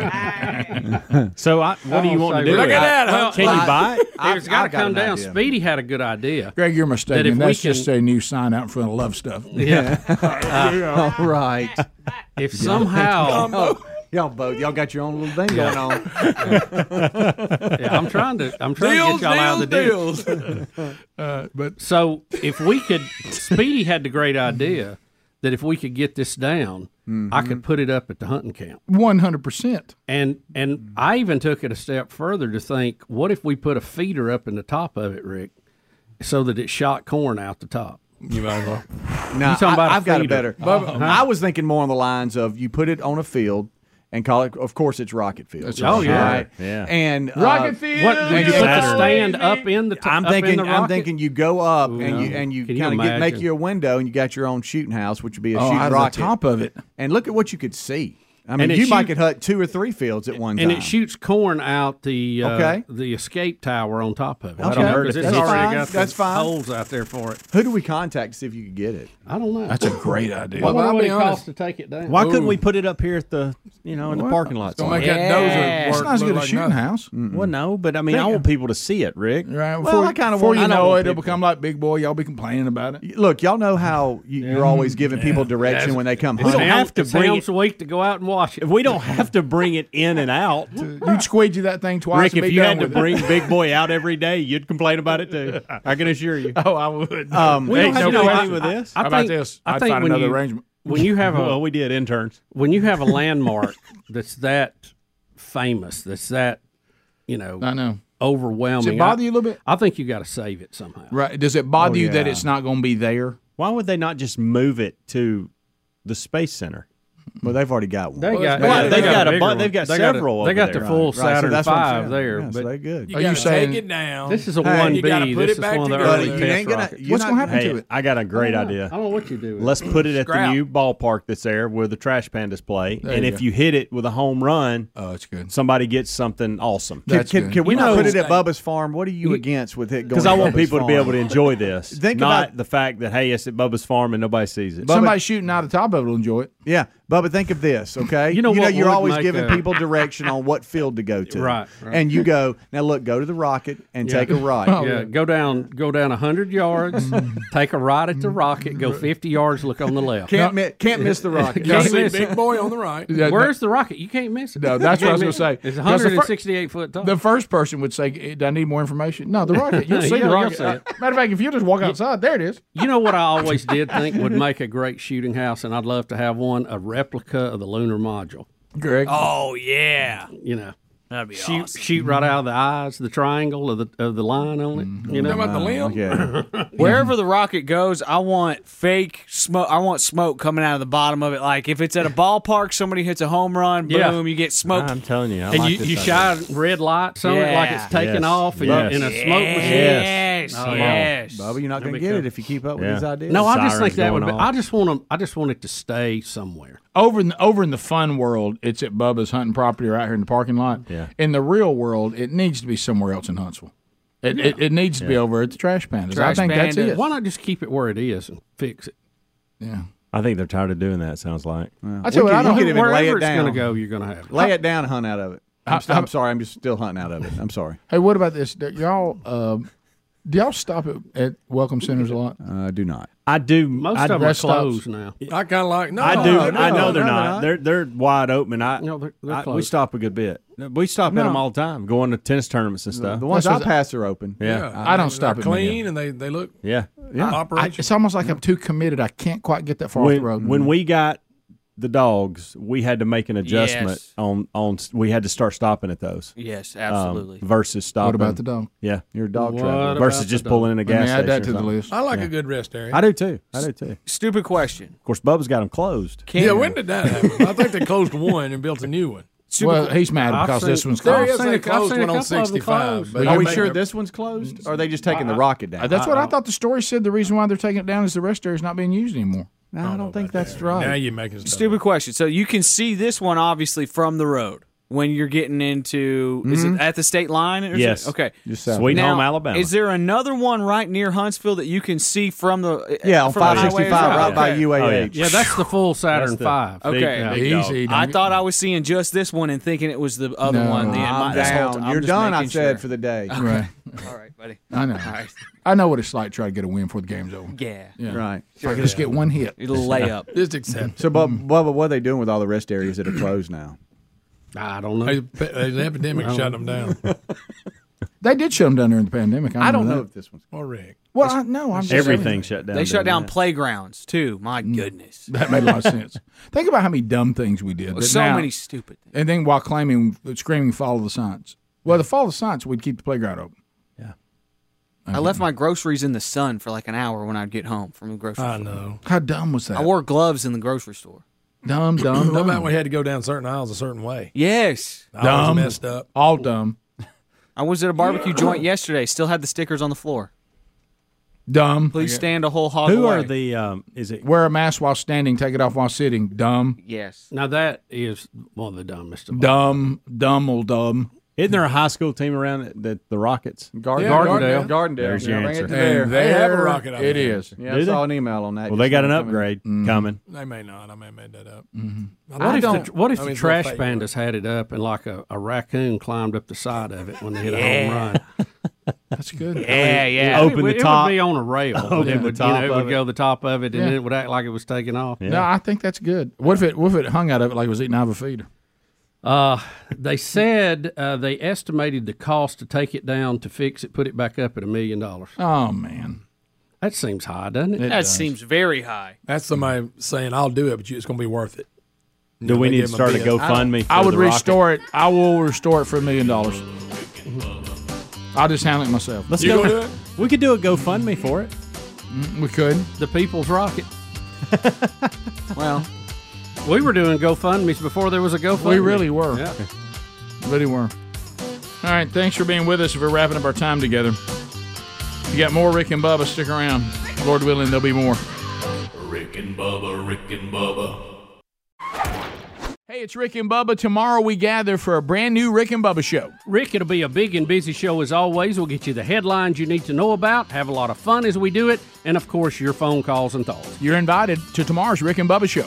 [SPEAKER 4] So I- what do you want to do?
[SPEAKER 2] Oh, Look
[SPEAKER 4] with
[SPEAKER 2] at that.
[SPEAKER 4] it? Well, Can you buy it?
[SPEAKER 2] There's got to
[SPEAKER 4] I got
[SPEAKER 2] come
[SPEAKER 4] an
[SPEAKER 2] down.
[SPEAKER 4] idea.
[SPEAKER 2] Speedy had a good idea.
[SPEAKER 9] Greg, you're
[SPEAKER 2] That if
[SPEAKER 9] mistaken.
[SPEAKER 2] we
[SPEAKER 9] That's
[SPEAKER 2] can-
[SPEAKER 9] just a new sign out in front of Love Stuff.
[SPEAKER 2] Yeah.
[SPEAKER 1] Uh,
[SPEAKER 9] Yeah.
[SPEAKER 5] All right.
[SPEAKER 2] If
[SPEAKER 5] Yeah.
[SPEAKER 2] somehow-
[SPEAKER 5] y'all, y'all both, y'all got your own little thing
[SPEAKER 2] Yeah.
[SPEAKER 5] going on.
[SPEAKER 2] yeah, I'm trying to. I'm trying to get y'all out of the deal.
[SPEAKER 9] but
[SPEAKER 2] so if we could, Speedy had the great idea that if we could get this down, I could put it up at the hunting camp.
[SPEAKER 9] One hundred percent.
[SPEAKER 2] And
[SPEAKER 5] Mm-hmm.
[SPEAKER 2] and I even took it a step further to think, what if we put a feeder up in the top of it, Rick, so that it shot corn out the top?
[SPEAKER 6] You might as well.
[SPEAKER 5] No,
[SPEAKER 2] talking about
[SPEAKER 5] I,
[SPEAKER 2] a
[SPEAKER 5] have got a
[SPEAKER 2] feeder. Uh-huh.
[SPEAKER 5] better.
[SPEAKER 2] Bubba-
[SPEAKER 5] I was thinking more on the lines of you put it on a field and call it. Of course, it's rocket field.
[SPEAKER 2] That's Oh, right. yeah.
[SPEAKER 5] All right?
[SPEAKER 2] Yeah.
[SPEAKER 5] And uh,
[SPEAKER 2] Rocket field, What, would you put the Saturn. stand up in the t-
[SPEAKER 5] I'm
[SPEAKER 2] up in
[SPEAKER 5] thinking.
[SPEAKER 2] the
[SPEAKER 5] I'm
[SPEAKER 2] rocket?
[SPEAKER 5] thinking you go up and you
[SPEAKER 2] Ooh.
[SPEAKER 5] and you
[SPEAKER 2] Can you
[SPEAKER 5] kind of get make
[SPEAKER 2] imagine?
[SPEAKER 5] your window and you got your own shooting house, which would be a
[SPEAKER 9] Oh,
[SPEAKER 5] shooting
[SPEAKER 9] out of the
[SPEAKER 5] rocket
[SPEAKER 9] top of it.
[SPEAKER 5] And look at what you could see. I
[SPEAKER 2] And
[SPEAKER 5] mean,
[SPEAKER 2] it
[SPEAKER 5] you might
[SPEAKER 2] shoot-
[SPEAKER 5] could hut two or three fields at one
[SPEAKER 2] and
[SPEAKER 5] time.
[SPEAKER 2] it shoots corn out the uh,
[SPEAKER 5] Okay.
[SPEAKER 2] the escape tower on top of it.
[SPEAKER 5] Okay.
[SPEAKER 2] You know, 'cause
[SPEAKER 5] That's
[SPEAKER 2] it's already
[SPEAKER 5] fine.
[SPEAKER 2] got some
[SPEAKER 5] That's fine.
[SPEAKER 2] holes out there for it.
[SPEAKER 5] Who do we contact to see if you could get it?
[SPEAKER 2] I don't know.
[SPEAKER 9] That's a great idea.
[SPEAKER 2] What
[SPEAKER 4] Well, I'll
[SPEAKER 2] would
[SPEAKER 4] be
[SPEAKER 2] it cost
[SPEAKER 4] honest.
[SPEAKER 2] to take it down?
[SPEAKER 4] Why couldn't we put it up here at the you know in the
[SPEAKER 2] Well,
[SPEAKER 4] parking lot?
[SPEAKER 2] it's gonna make
[SPEAKER 4] somewhere?
[SPEAKER 2] that dozer Yeah. work
[SPEAKER 9] It's not as good look a like shooting nothing. house.
[SPEAKER 4] Well, no, but I mean, I
[SPEAKER 9] Think-
[SPEAKER 4] want people to see it, Rick.
[SPEAKER 9] Right.
[SPEAKER 4] Well, I kind of want.
[SPEAKER 9] you
[SPEAKER 4] I don't
[SPEAKER 9] know it,
[SPEAKER 4] want
[SPEAKER 9] it'll
[SPEAKER 4] people-
[SPEAKER 9] become like Big Boy. Y'all be complaining about it.
[SPEAKER 5] Look, y'all know how you, you're always giving people direction when they come
[SPEAKER 4] We don't
[SPEAKER 5] hunting.
[SPEAKER 4] have to bring it.
[SPEAKER 2] week to go out and wash it.
[SPEAKER 4] We don't have to bring it in and out.
[SPEAKER 9] You'd squeegee that thing twice.
[SPEAKER 4] Rick,
[SPEAKER 9] and
[SPEAKER 4] if
[SPEAKER 9] be
[SPEAKER 4] you
[SPEAKER 9] done
[SPEAKER 4] had to
[SPEAKER 9] with it.
[SPEAKER 4] bring Big Boy out every day, you'd complain about it too. I can assure you.
[SPEAKER 9] Oh, I would.
[SPEAKER 4] Um,
[SPEAKER 2] We
[SPEAKER 4] hey,
[SPEAKER 2] don't have
[SPEAKER 4] no
[SPEAKER 2] to do
[SPEAKER 4] problem
[SPEAKER 2] it.
[SPEAKER 4] with this.
[SPEAKER 2] I- I How about think- this? I I'd think find when another you- arrangement. when you have a-
[SPEAKER 4] well, we did interns.
[SPEAKER 2] When you have a landmark that's that famous, that's that you know,
[SPEAKER 9] I know.
[SPEAKER 2] overwhelming.
[SPEAKER 9] Does it bother you a little bit?
[SPEAKER 2] I think you got to save it somehow.
[SPEAKER 9] Right? Does it bother
[SPEAKER 4] Oh,
[SPEAKER 9] you that
[SPEAKER 4] yeah.
[SPEAKER 9] it's not going to be there?
[SPEAKER 4] Why would they not just move it to the space center?
[SPEAKER 5] Well, they've already got one.
[SPEAKER 2] They
[SPEAKER 4] Well,
[SPEAKER 2] got-
[SPEAKER 4] it's bigger.
[SPEAKER 2] they
[SPEAKER 4] they've
[SPEAKER 2] got
[SPEAKER 4] got,
[SPEAKER 2] a
[SPEAKER 4] a
[SPEAKER 2] bigger
[SPEAKER 4] bu-
[SPEAKER 2] one.
[SPEAKER 4] they've got
[SPEAKER 2] They got the
[SPEAKER 4] several.
[SPEAKER 2] they
[SPEAKER 4] over
[SPEAKER 2] got the
[SPEAKER 4] there.
[SPEAKER 2] full
[SPEAKER 4] Right, right.
[SPEAKER 2] Saturn
[SPEAKER 4] that's what I'm
[SPEAKER 2] five
[SPEAKER 4] saying.
[SPEAKER 2] there,
[SPEAKER 4] Yeah, so
[SPEAKER 2] but-
[SPEAKER 4] they're good.
[SPEAKER 2] Are you
[SPEAKER 6] gotta
[SPEAKER 2] saying-
[SPEAKER 6] take it down?
[SPEAKER 2] This is a
[SPEAKER 6] Hey,
[SPEAKER 2] one
[SPEAKER 6] you gotta
[SPEAKER 2] B.
[SPEAKER 6] put
[SPEAKER 2] This
[SPEAKER 6] it
[SPEAKER 2] is
[SPEAKER 6] back
[SPEAKER 2] one of the
[SPEAKER 6] together.
[SPEAKER 2] early
[SPEAKER 6] You
[SPEAKER 2] test
[SPEAKER 6] ain't gonna-
[SPEAKER 2] rockets.
[SPEAKER 6] you- What's gonna happen
[SPEAKER 4] Hey,
[SPEAKER 6] to it?
[SPEAKER 4] I got a great
[SPEAKER 2] I don't know.
[SPEAKER 4] idea.
[SPEAKER 2] I don't know what you do. with
[SPEAKER 4] Let's
[SPEAKER 2] it.
[SPEAKER 4] put it at the
[SPEAKER 2] Scrap.
[SPEAKER 4] new ballpark that's there where the trash pandas play.
[SPEAKER 2] There
[SPEAKER 4] and
[SPEAKER 2] you
[SPEAKER 4] if
[SPEAKER 2] go.
[SPEAKER 4] you hit it with a home run,
[SPEAKER 9] oh, it's good.
[SPEAKER 4] Somebody gets something awesome.
[SPEAKER 5] Can, can, can we
[SPEAKER 4] You
[SPEAKER 5] not
[SPEAKER 4] know- uh,
[SPEAKER 5] put it at Bubba's farm? What are you against with it going?
[SPEAKER 4] Because
[SPEAKER 5] to
[SPEAKER 4] I want
[SPEAKER 5] Bubba's
[SPEAKER 4] people to be
[SPEAKER 5] farm?
[SPEAKER 4] able to enjoy this,
[SPEAKER 5] Think
[SPEAKER 4] not
[SPEAKER 5] about-
[SPEAKER 4] the fact that hey, it's at Bubba's farm and nobody sees it.
[SPEAKER 9] Somebody shooting out of the top of it will enjoy it.
[SPEAKER 5] Yeah, Bubba, think of this, okay?
[SPEAKER 4] You know what
[SPEAKER 5] you're
[SPEAKER 4] would
[SPEAKER 5] always
[SPEAKER 4] make
[SPEAKER 5] giving
[SPEAKER 4] a-
[SPEAKER 5] people direction on what field to go to,
[SPEAKER 2] Right, right.
[SPEAKER 5] And you go now. Look, go to the rocket and take a right.
[SPEAKER 9] Oh,
[SPEAKER 2] Yeah, go down, go down hundred yards,
[SPEAKER 9] Mm-hmm.
[SPEAKER 2] take a right at the rocket, go fifty yards, look on the left.
[SPEAKER 5] Can't mi- can't miss the rocket.
[SPEAKER 2] Can't
[SPEAKER 6] See
[SPEAKER 2] miss
[SPEAKER 6] Big
[SPEAKER 2] it.
[SPEAKER 6] Boy on the right.
[SPEAKER 9] Yeah,
[SPEAKER 2] Where's the rocket? You can't miss it.
[SPEAKER 9] No, that's
[SPEAKER 2] You
[SPEAKER 9] what I was
[SPEAKER 2] can't
[SPEAKER 9] going
[SPEAKER 2] miss
[SPEAKER 9] to say.
[SPEAKER 2] it. It's
[SPEAKER 9] Because the fir-
[SPEAKER 2] 168 foot tall.
[SPEAKER 9] The first person would say, "Eh, "Do I need more information?" No, the rocket. You'll see
[SPEAKER 2] Yeah,
[SPEAKER 9] the
[SPEAKER 2] you'll
[SPEAKER 9] rocket.
[SPEAKER 2] see
[SPEAKER 9] Uh,
[SPEAKER 2] it.
[SPEAKER 9] matter of fact, if you just walk outside, there it is.
[SPEAKER 2] You know what I always did think would make a great shooting house, and I'd love to have one a replica of the lunar module.
[SPEAKER 9] Greg.
[SPEAKER 2] Oh yeah, you know that'd be shoot, Shoot right out of the eyes, the triangle of the of the line on it.
[SPEAKER 9] Mm-hmm.
[SPEAKER 2] You know
[SPEAKER 10] Talking about the limb?
[SPEAKER 2] Yeah.
[SPEAKER 10] Wherever the rocket goes, I want fake smoke. I want smoke coming out of the bottom of it. Like if it's at a ballpark, somebody hits a home run, boom,
[SPEAKER 2] Yeah.
[SPEAKER 10] you get smoke.
[SPEAKER 4] I'm telling you, I
[SPEAKER 2] and
[SPEAKER 4] like
[SPEAKER 2] you,
[SPEAKER 4] this
[SPEAKER 2] you
[SPEAKER 4] idea.
[SPEAKER 2] shine red lights on it like it's
[SPEAKER 10] Yeah.
[SPEAKER 2] taking
[SPEAKER 4] Yes.
[SPEAKER 2] off and,
[SPEAKER 4] Yes.
[SPEAKER 2] in a smoke machine.
[SPEAKER 10] Yes,
[SPEAKER 2] Oh,
[SPEAKER 10] yes.
[SPEAKER 5] Bubba, you're not
[SPEAKER 2] That'd
[SPEAKER 5] going to
[SPEAKER 2] be
[SPEAKER 5] get
[SPEAKER 2] cool.
[SPEAKER 5] it if you keep up
[SPEAKER 2] Yeah.
[SPEAKER 5] with his ideas.
[SPEAKER 2] No, I just think that would be.
[SPEAKER 5] I
[SPEAKER 2] I just want 'em- I just want it to stay somewhere.
[SPEAKER 9] Over in the, over in the fun world, it's at Bubba's hunting property right here in the parking lot. Yeah. In the real world, it needs to be somewhere else in Huntsville. It it, it needs to be
[SPEAKER 2] Yeah.
[SPEAKER 9] over at the Trash Pandas. I think that's it.
[SPEAKER 2] Why not just keep it where it is and fix it?
[SPEAKER 9] Yeah.
[SPEAKER 4] I think they're tired of doing that. it Sounds like.
[SPEAKER 9] I tell you what, I don't
[SPEAKER 5] could even lay
[SPEAKER 2] Wherever
[SPEAKER 5] it
[SPEAKER 2] it's
[SPEAKER 5] down.
[SPEAKER 2] going to go, you're going to have it.
[SPEAKER 5] Lay it down, and hunt out of it. I'm,
[SPEAKER 9] I-
[SPEAKER 5] st- I'm
[SPEAKER 9] I-
[SPEAKER 5] sorry, I'm just still hunting out of it. I'm sorry.
[SPEAKER 9] Hey, what about this? Do y'all, um, do y'all stop at, at Welcome Centers a lot?
[SPEAKER 5] I Uh, do not.
[SPEAKER 4] I do.
[SPEAKER 2] Most
[SPEAKER 4] I,
[SPEAKER 2] of 'em are
[SPEAKER 4] rest stops.
[SPEAKER 2] closed now.
[SPEAKER 6] I kind of like. No,
[SPEAKER 4] I do.
[SPEAKER 6] no, no,
[SPEAKER 4] I know
[SPEAKER 6] no,
[SPEAKER 4] they're
[SPEAKER 6] no,
[SPEAKER 4] not.
[SPEAKER 6] no.
[SPEAKER 4] They're they're wide open. I,
[SPEAKER 2] No, they're- they're
[SPEAKER 4] I- we
[SPEAKER 2] closed.
[SPEAKER 4] stop a good bit. We stop at
[SPEAKER 2] No.
[SPEAKER 4] them all the time, going to tennis tournaments and stuff.
[SPEAKER 5] The ones I pass are open.
[SPEAKER 4] Yeah.
[SPEAKER 9] I don't stop
[SPEAKER 6] They're
[SPEAKER 9] at many
[SPEAKER 6] clean and they they look.
[SPEAKER 4] Yeah.
[SPEAKER 9] Yeah. I,
[SPEAKER 6] Operation.
[SPEAKER 9] it's almost like I'm too committed. I can't quite get that far off
[SPEAKER 4] when,
[SPEAKER 9] the road.
[SPEAKER 4] when we got the dogs, we had to make an adjustment
[SPEAKER 10] Yes.
[SPEAKER 4] on on. We had to start stopping at those.
[SPEAKER 10] Yes,
[SPEAKER 4] Um,
[SPEAKER 10] absolutely.
[SPEAKER 4] versus stopping.
[SPEAKER 9] What about the dog?
[SPEAKER 4] Yeah,
[SPEAKER 5] your dog
[SPEAKER 10] What traveler. about
[SPEAKER 4] versus
[SPEAKER 10] the
[SPEAKER 4] just
[SPEAKER 10] dog?
[SPEAKER 4] pulling in a
[SPEAKER 10] Let
[SPEAKER 4] gas
[SPEAKER 10] me add
[SPEAKER 4] station.
[SPEAKER 10] that
[SPEAKER 4] or
[SPEAKER 10] to the
[SPEAKER 4] something.
[SPEAKER 9] list.
[SPEAKER 6] I like a good rest area.
[SPEAKER 4] I do too. I do too.
[SPEAKER 10] Stupid question.
[SPEAKER 4] Of course, Bubba's got them closed.
[SPEAKER 10] Can-
[SPEAKER 6] yeah, when did that happen? I think they closed one and built a new one.
[SPEAKER 1] Super Well, he's mad I've because seen- this one's
[SPEAKER 5] There
[SPEAKER 1] closed.
[SPEAKER 5] is
[SPEAKER 1] I've seen
[SPEAKER 5] a
[SPEAKER 1] a couple
[SPEAKER 5] closed
[SPEAKER 1] of
[SPEAKER 5] one
[SPEAKER 1] them
[SPEAKER 5] on 65.
[SPEAKER 1] closed.
[SPEAKER 5] But
[SPEAKER 1] Are
[SPEAKER 5] are
[SPEAKER 1] we
[SPEAKER 5] we
[SPEAKER 1] sure
[SPEAKER 5] sure this one's closed? Or are they just taking the rocket down?
[SPEAKER 1] That's what I thought the story said. The reason why they're taking it down is the rest area is not being used anymore.
[SPEAKER 5] No, I don't think that's right.
[SPEAKER 6] Now you're making
[SPEAKER 10] Stupid question. So you can see this one obviously from the road when you're getting into is it
[SPEAKER 5] Mhm.
[SPEAKER 10] at the state line? Or is it-
[SPEAKER 5] Yes.
[SPEAKER 10] Okay.
[SPEAKER 5] Just south. Sweet
[SPEAKER 10] Now,
[SPEAKER 5] home Alabama.
[SPEAKER 10] Is there another one right near Huntsville that you can see from the eh,
[SPEAKER 5] Yeah, on
[SPEAKER 10] from the highway
[SPEAKER 5] 565
[SPEAKER 10] as well?
[SPEAKER 5] right by
[SPEAKER 10] Okay.
[SPEAKER 5] UAH. Oh, yeah.
[SPEAKER 2] Yeah, that's the full Saturn
[SPEAKER 10] That's the
[SPEAKER 2] Five.
[SPEAKER 10] big- Okay,
[SPEAKER 2] Big dog.
[SPEAKER 10] I thought I was seeing just this one and thinking it was the other one. The,
[SPEAKER 5] I'm
[SPEAKER 10] my- this whole
[SPEAKER 5] down.
[SPEAKER 10] time. I'm
[SPEAKER 5] You're
[SPEAKER 10] just
[SPEAKER 5] done, I
[SPEAKER 10] making
[SPEAKER 5] said,
[SPEAKER 10] sure.
[SPEAKER 5] for the day.
[SPEAKER 10] Okay.
[SPEAKER 1] Right.
[SPEAKER 10] All right, buddy.
[SPEAKER 1] I know.
[SPEAKER 10] All right.
[SPEAKER 1] I know what it's like to try to get a win before the game's over.
[SPEAKER 10] Yeah.
[SPEAKER 5] Right.
[SPEAKER 1] If I could just get one hit.
[SPEAKER 6] Just accept.
[SPEAKER 5] So, Bub- Bubba, what are they doing with all the rest areas that are closed now?
[SPEAKER 2] I don't
[SPEAKER 6] Hey, pe- hey, the epidemic shut them down.
[SPEAKER 1] They did shut them down during the pandemic. I,
[SPEAKER 6] I don't
[SPEAKER 1] remember
[SPEAKER 6] know
[SPEAKER 1] that.
[SPEAKER 6] if
[SPEAKER 5] this one's
[SPEAKER 6] or Rick.
[SPEAKER 1] Well, I, no, I'm just saying.
[SPEAKER 10] They shut down playgrounds too. My
[SPEAKER 5] Mm.
[SPEAKER 10] goodness.
[SPEAKER 1] That made a lot of sense. Think about how many dumb things we did.
[SPEAKER 10] Well,
[SPEAKER 1] that
[SPEAKER 10] so
[SPEAKER 1] now-
[SPEAKER 10] many stupid things.
[SPEAKER 1] And then while claiming, screaming, "Follow the science." Well, the follow the science, we'd keep the playground open.
[SPEAKER 10] I left my groceries in the sun for like an hour when I'd get home from the grocery
[SPEAKER 6] I
[SPEAKER 10] store.
[SPEAKER 6] know.
[SPEAKER 1] How dumb was that?
[SPEAKER 10] I wore gloves in the grocery store.
[SPEAKER 1] Dumb, dumb,
[SPEAKER 6] How
[SPEAKER 1] dumb.
[SPEAKER 6] about we had to go down certain aisles a certain way?
[SPEAKER 10] Yes.
[SPEAKER 6] I was messed up.
[SPEAKER 1] All dumb.
[SPEAKER 10] I was at a barbecue joint yesterday. Still had the stickers on the floor.
[SPEAKER 1] Dumb.
[SPEAKER 10] Please stand a whole hog. away.
[SPEAKER 1] the? Um, is it wear a mask while standing, take it off while sitting? Dumb.
[SPEAKER 10] Yes.
[SPEAKER 2] Now that is one of the dumbest. Of
[SPEAKER 1] Dumb, dumb old dumb.
[SPEAKER 4] Isn't there a high school team around that, that the Rockets?
[SPEAKER 5] Gardendale. Gardendale. Gardendale.
[SPEAKER 4] There's your
[SPEAKER 5] Yeah, bring it
[SPEAKER 4] answer.
[SPEAKER 5] to there.
[SPEAKER 4] And
[SPEAKER 5] They have a
[SPEAKER 4] there
[SPEAKER 5] rocket up
[SPEAKER 4] It
[SPEAKER 5] there.
[SPEAKER 4] is.
[SPEAKER 5] Yeah, I saw an email on that
[SPEAKER 4] Well, they
[SPEAKER 5] just
[SPEAKER 4] got an
[SPEAKER 5] now coming.
[SPEAKER 4] upgrade
[SPEAKER 5] Mm.
[SPEAKER 4] coming.
[SPEAKER 6] They may not. I may have made that up. I
[SPEAKER 2] What if,
[SPEAKER 6] don't-
[SPEAKER 2] the, what if
[SPEAKER 6] I
[SPEAKER 2] the
[SPEAKER 6] mean, it's a
[SPEAKER 2] trash
[SPEAKER 6] fake.
[SPEAKER 2] pandas had it up and like a, a raccoon climbed up the side of it when they hit a
[SPEAKER 6] Yeah.
[SPEAKER 2] home run?
[SPEAKER 1] That's good.
[SPEAKER 2] I mean, it would-
[SPEAKER 4] Open the
[SPEAKER 2] it
[SPEAKER 4] top.
[SPEAKER 2] would be on a rail.
[SPEAKER 4] Open
[SPEAKER 2] it
[SPEAKER 4] the
[SPEAKER 2] would, you know,
[SPEAKER 4] top
[SPEAKER 2] it would
[SPEAKER 4] of it.
[SPEAKER 2] go the top of it, and then
[SPEAKER 1] Yeah.
[SPEAKER 2] it would act like it was taking off.
[SPEAKER 1] No, I think that's good. What if it? What if it hung out of it like it was eating out of a feeder?
[SPEAKER 2] Uh, they said uh, they estimated the cost to take it down, to fix it, put it back up at a million dollars.
[SPEAKER 1] Oh man,
[SPEAKER 2] that seems high, doesn't it?
[SPEAKER 6] It
[SPEAKER 10] that seems very high.
[SPEAKER 6] That's somebody saying, "I'll do it, but you, it's going to be worth it."
[SPEAKER 4] Do we need to start a GoFundMe?
[SPEAKER 1] I
[SPEAKER 4] for
[SPEAKER 1] would
[SPEAKER 4] the Rockets?
[SPEAKER 1] restore it. I will restore it for a million dollars. I'll just handle it myself.
[SPEAKER 4] Let's go. We could do a GoFundMe for it.
[SPEAKER 1] Mm, We could.
[SPEAKER 2] The People's Rocket.
[SPEAKER 10] well,
[SPEAKER 2] we were doing GoFundMe's before there was a GoFundMe.
[SPEAKER 1] We really were.
[SPEAKER 2] Yeah.
[SPEAKER 1] Really were. All right, thanks for being with us. We're wrapping up our time together. You got more Rick and Bubba. Stick around. Lord willing, there'll be more.
[SPEAKER 7] Rick and Bubba, Rick and Bubba.
[SPEAKER 1] Hey, it's Rick and Bubba. Tomorrow we gather for a brand new Rick and Bubba show.
[SPEAKER 2] Rick, it'll be a big and busy show as always. We'll get you the headlines you need to know about, have a lot of fun as we do it, and of course, your phone calls and thoughts.
[SPEAKER 1] You're invited to tomorrow's Rick and Bubba show.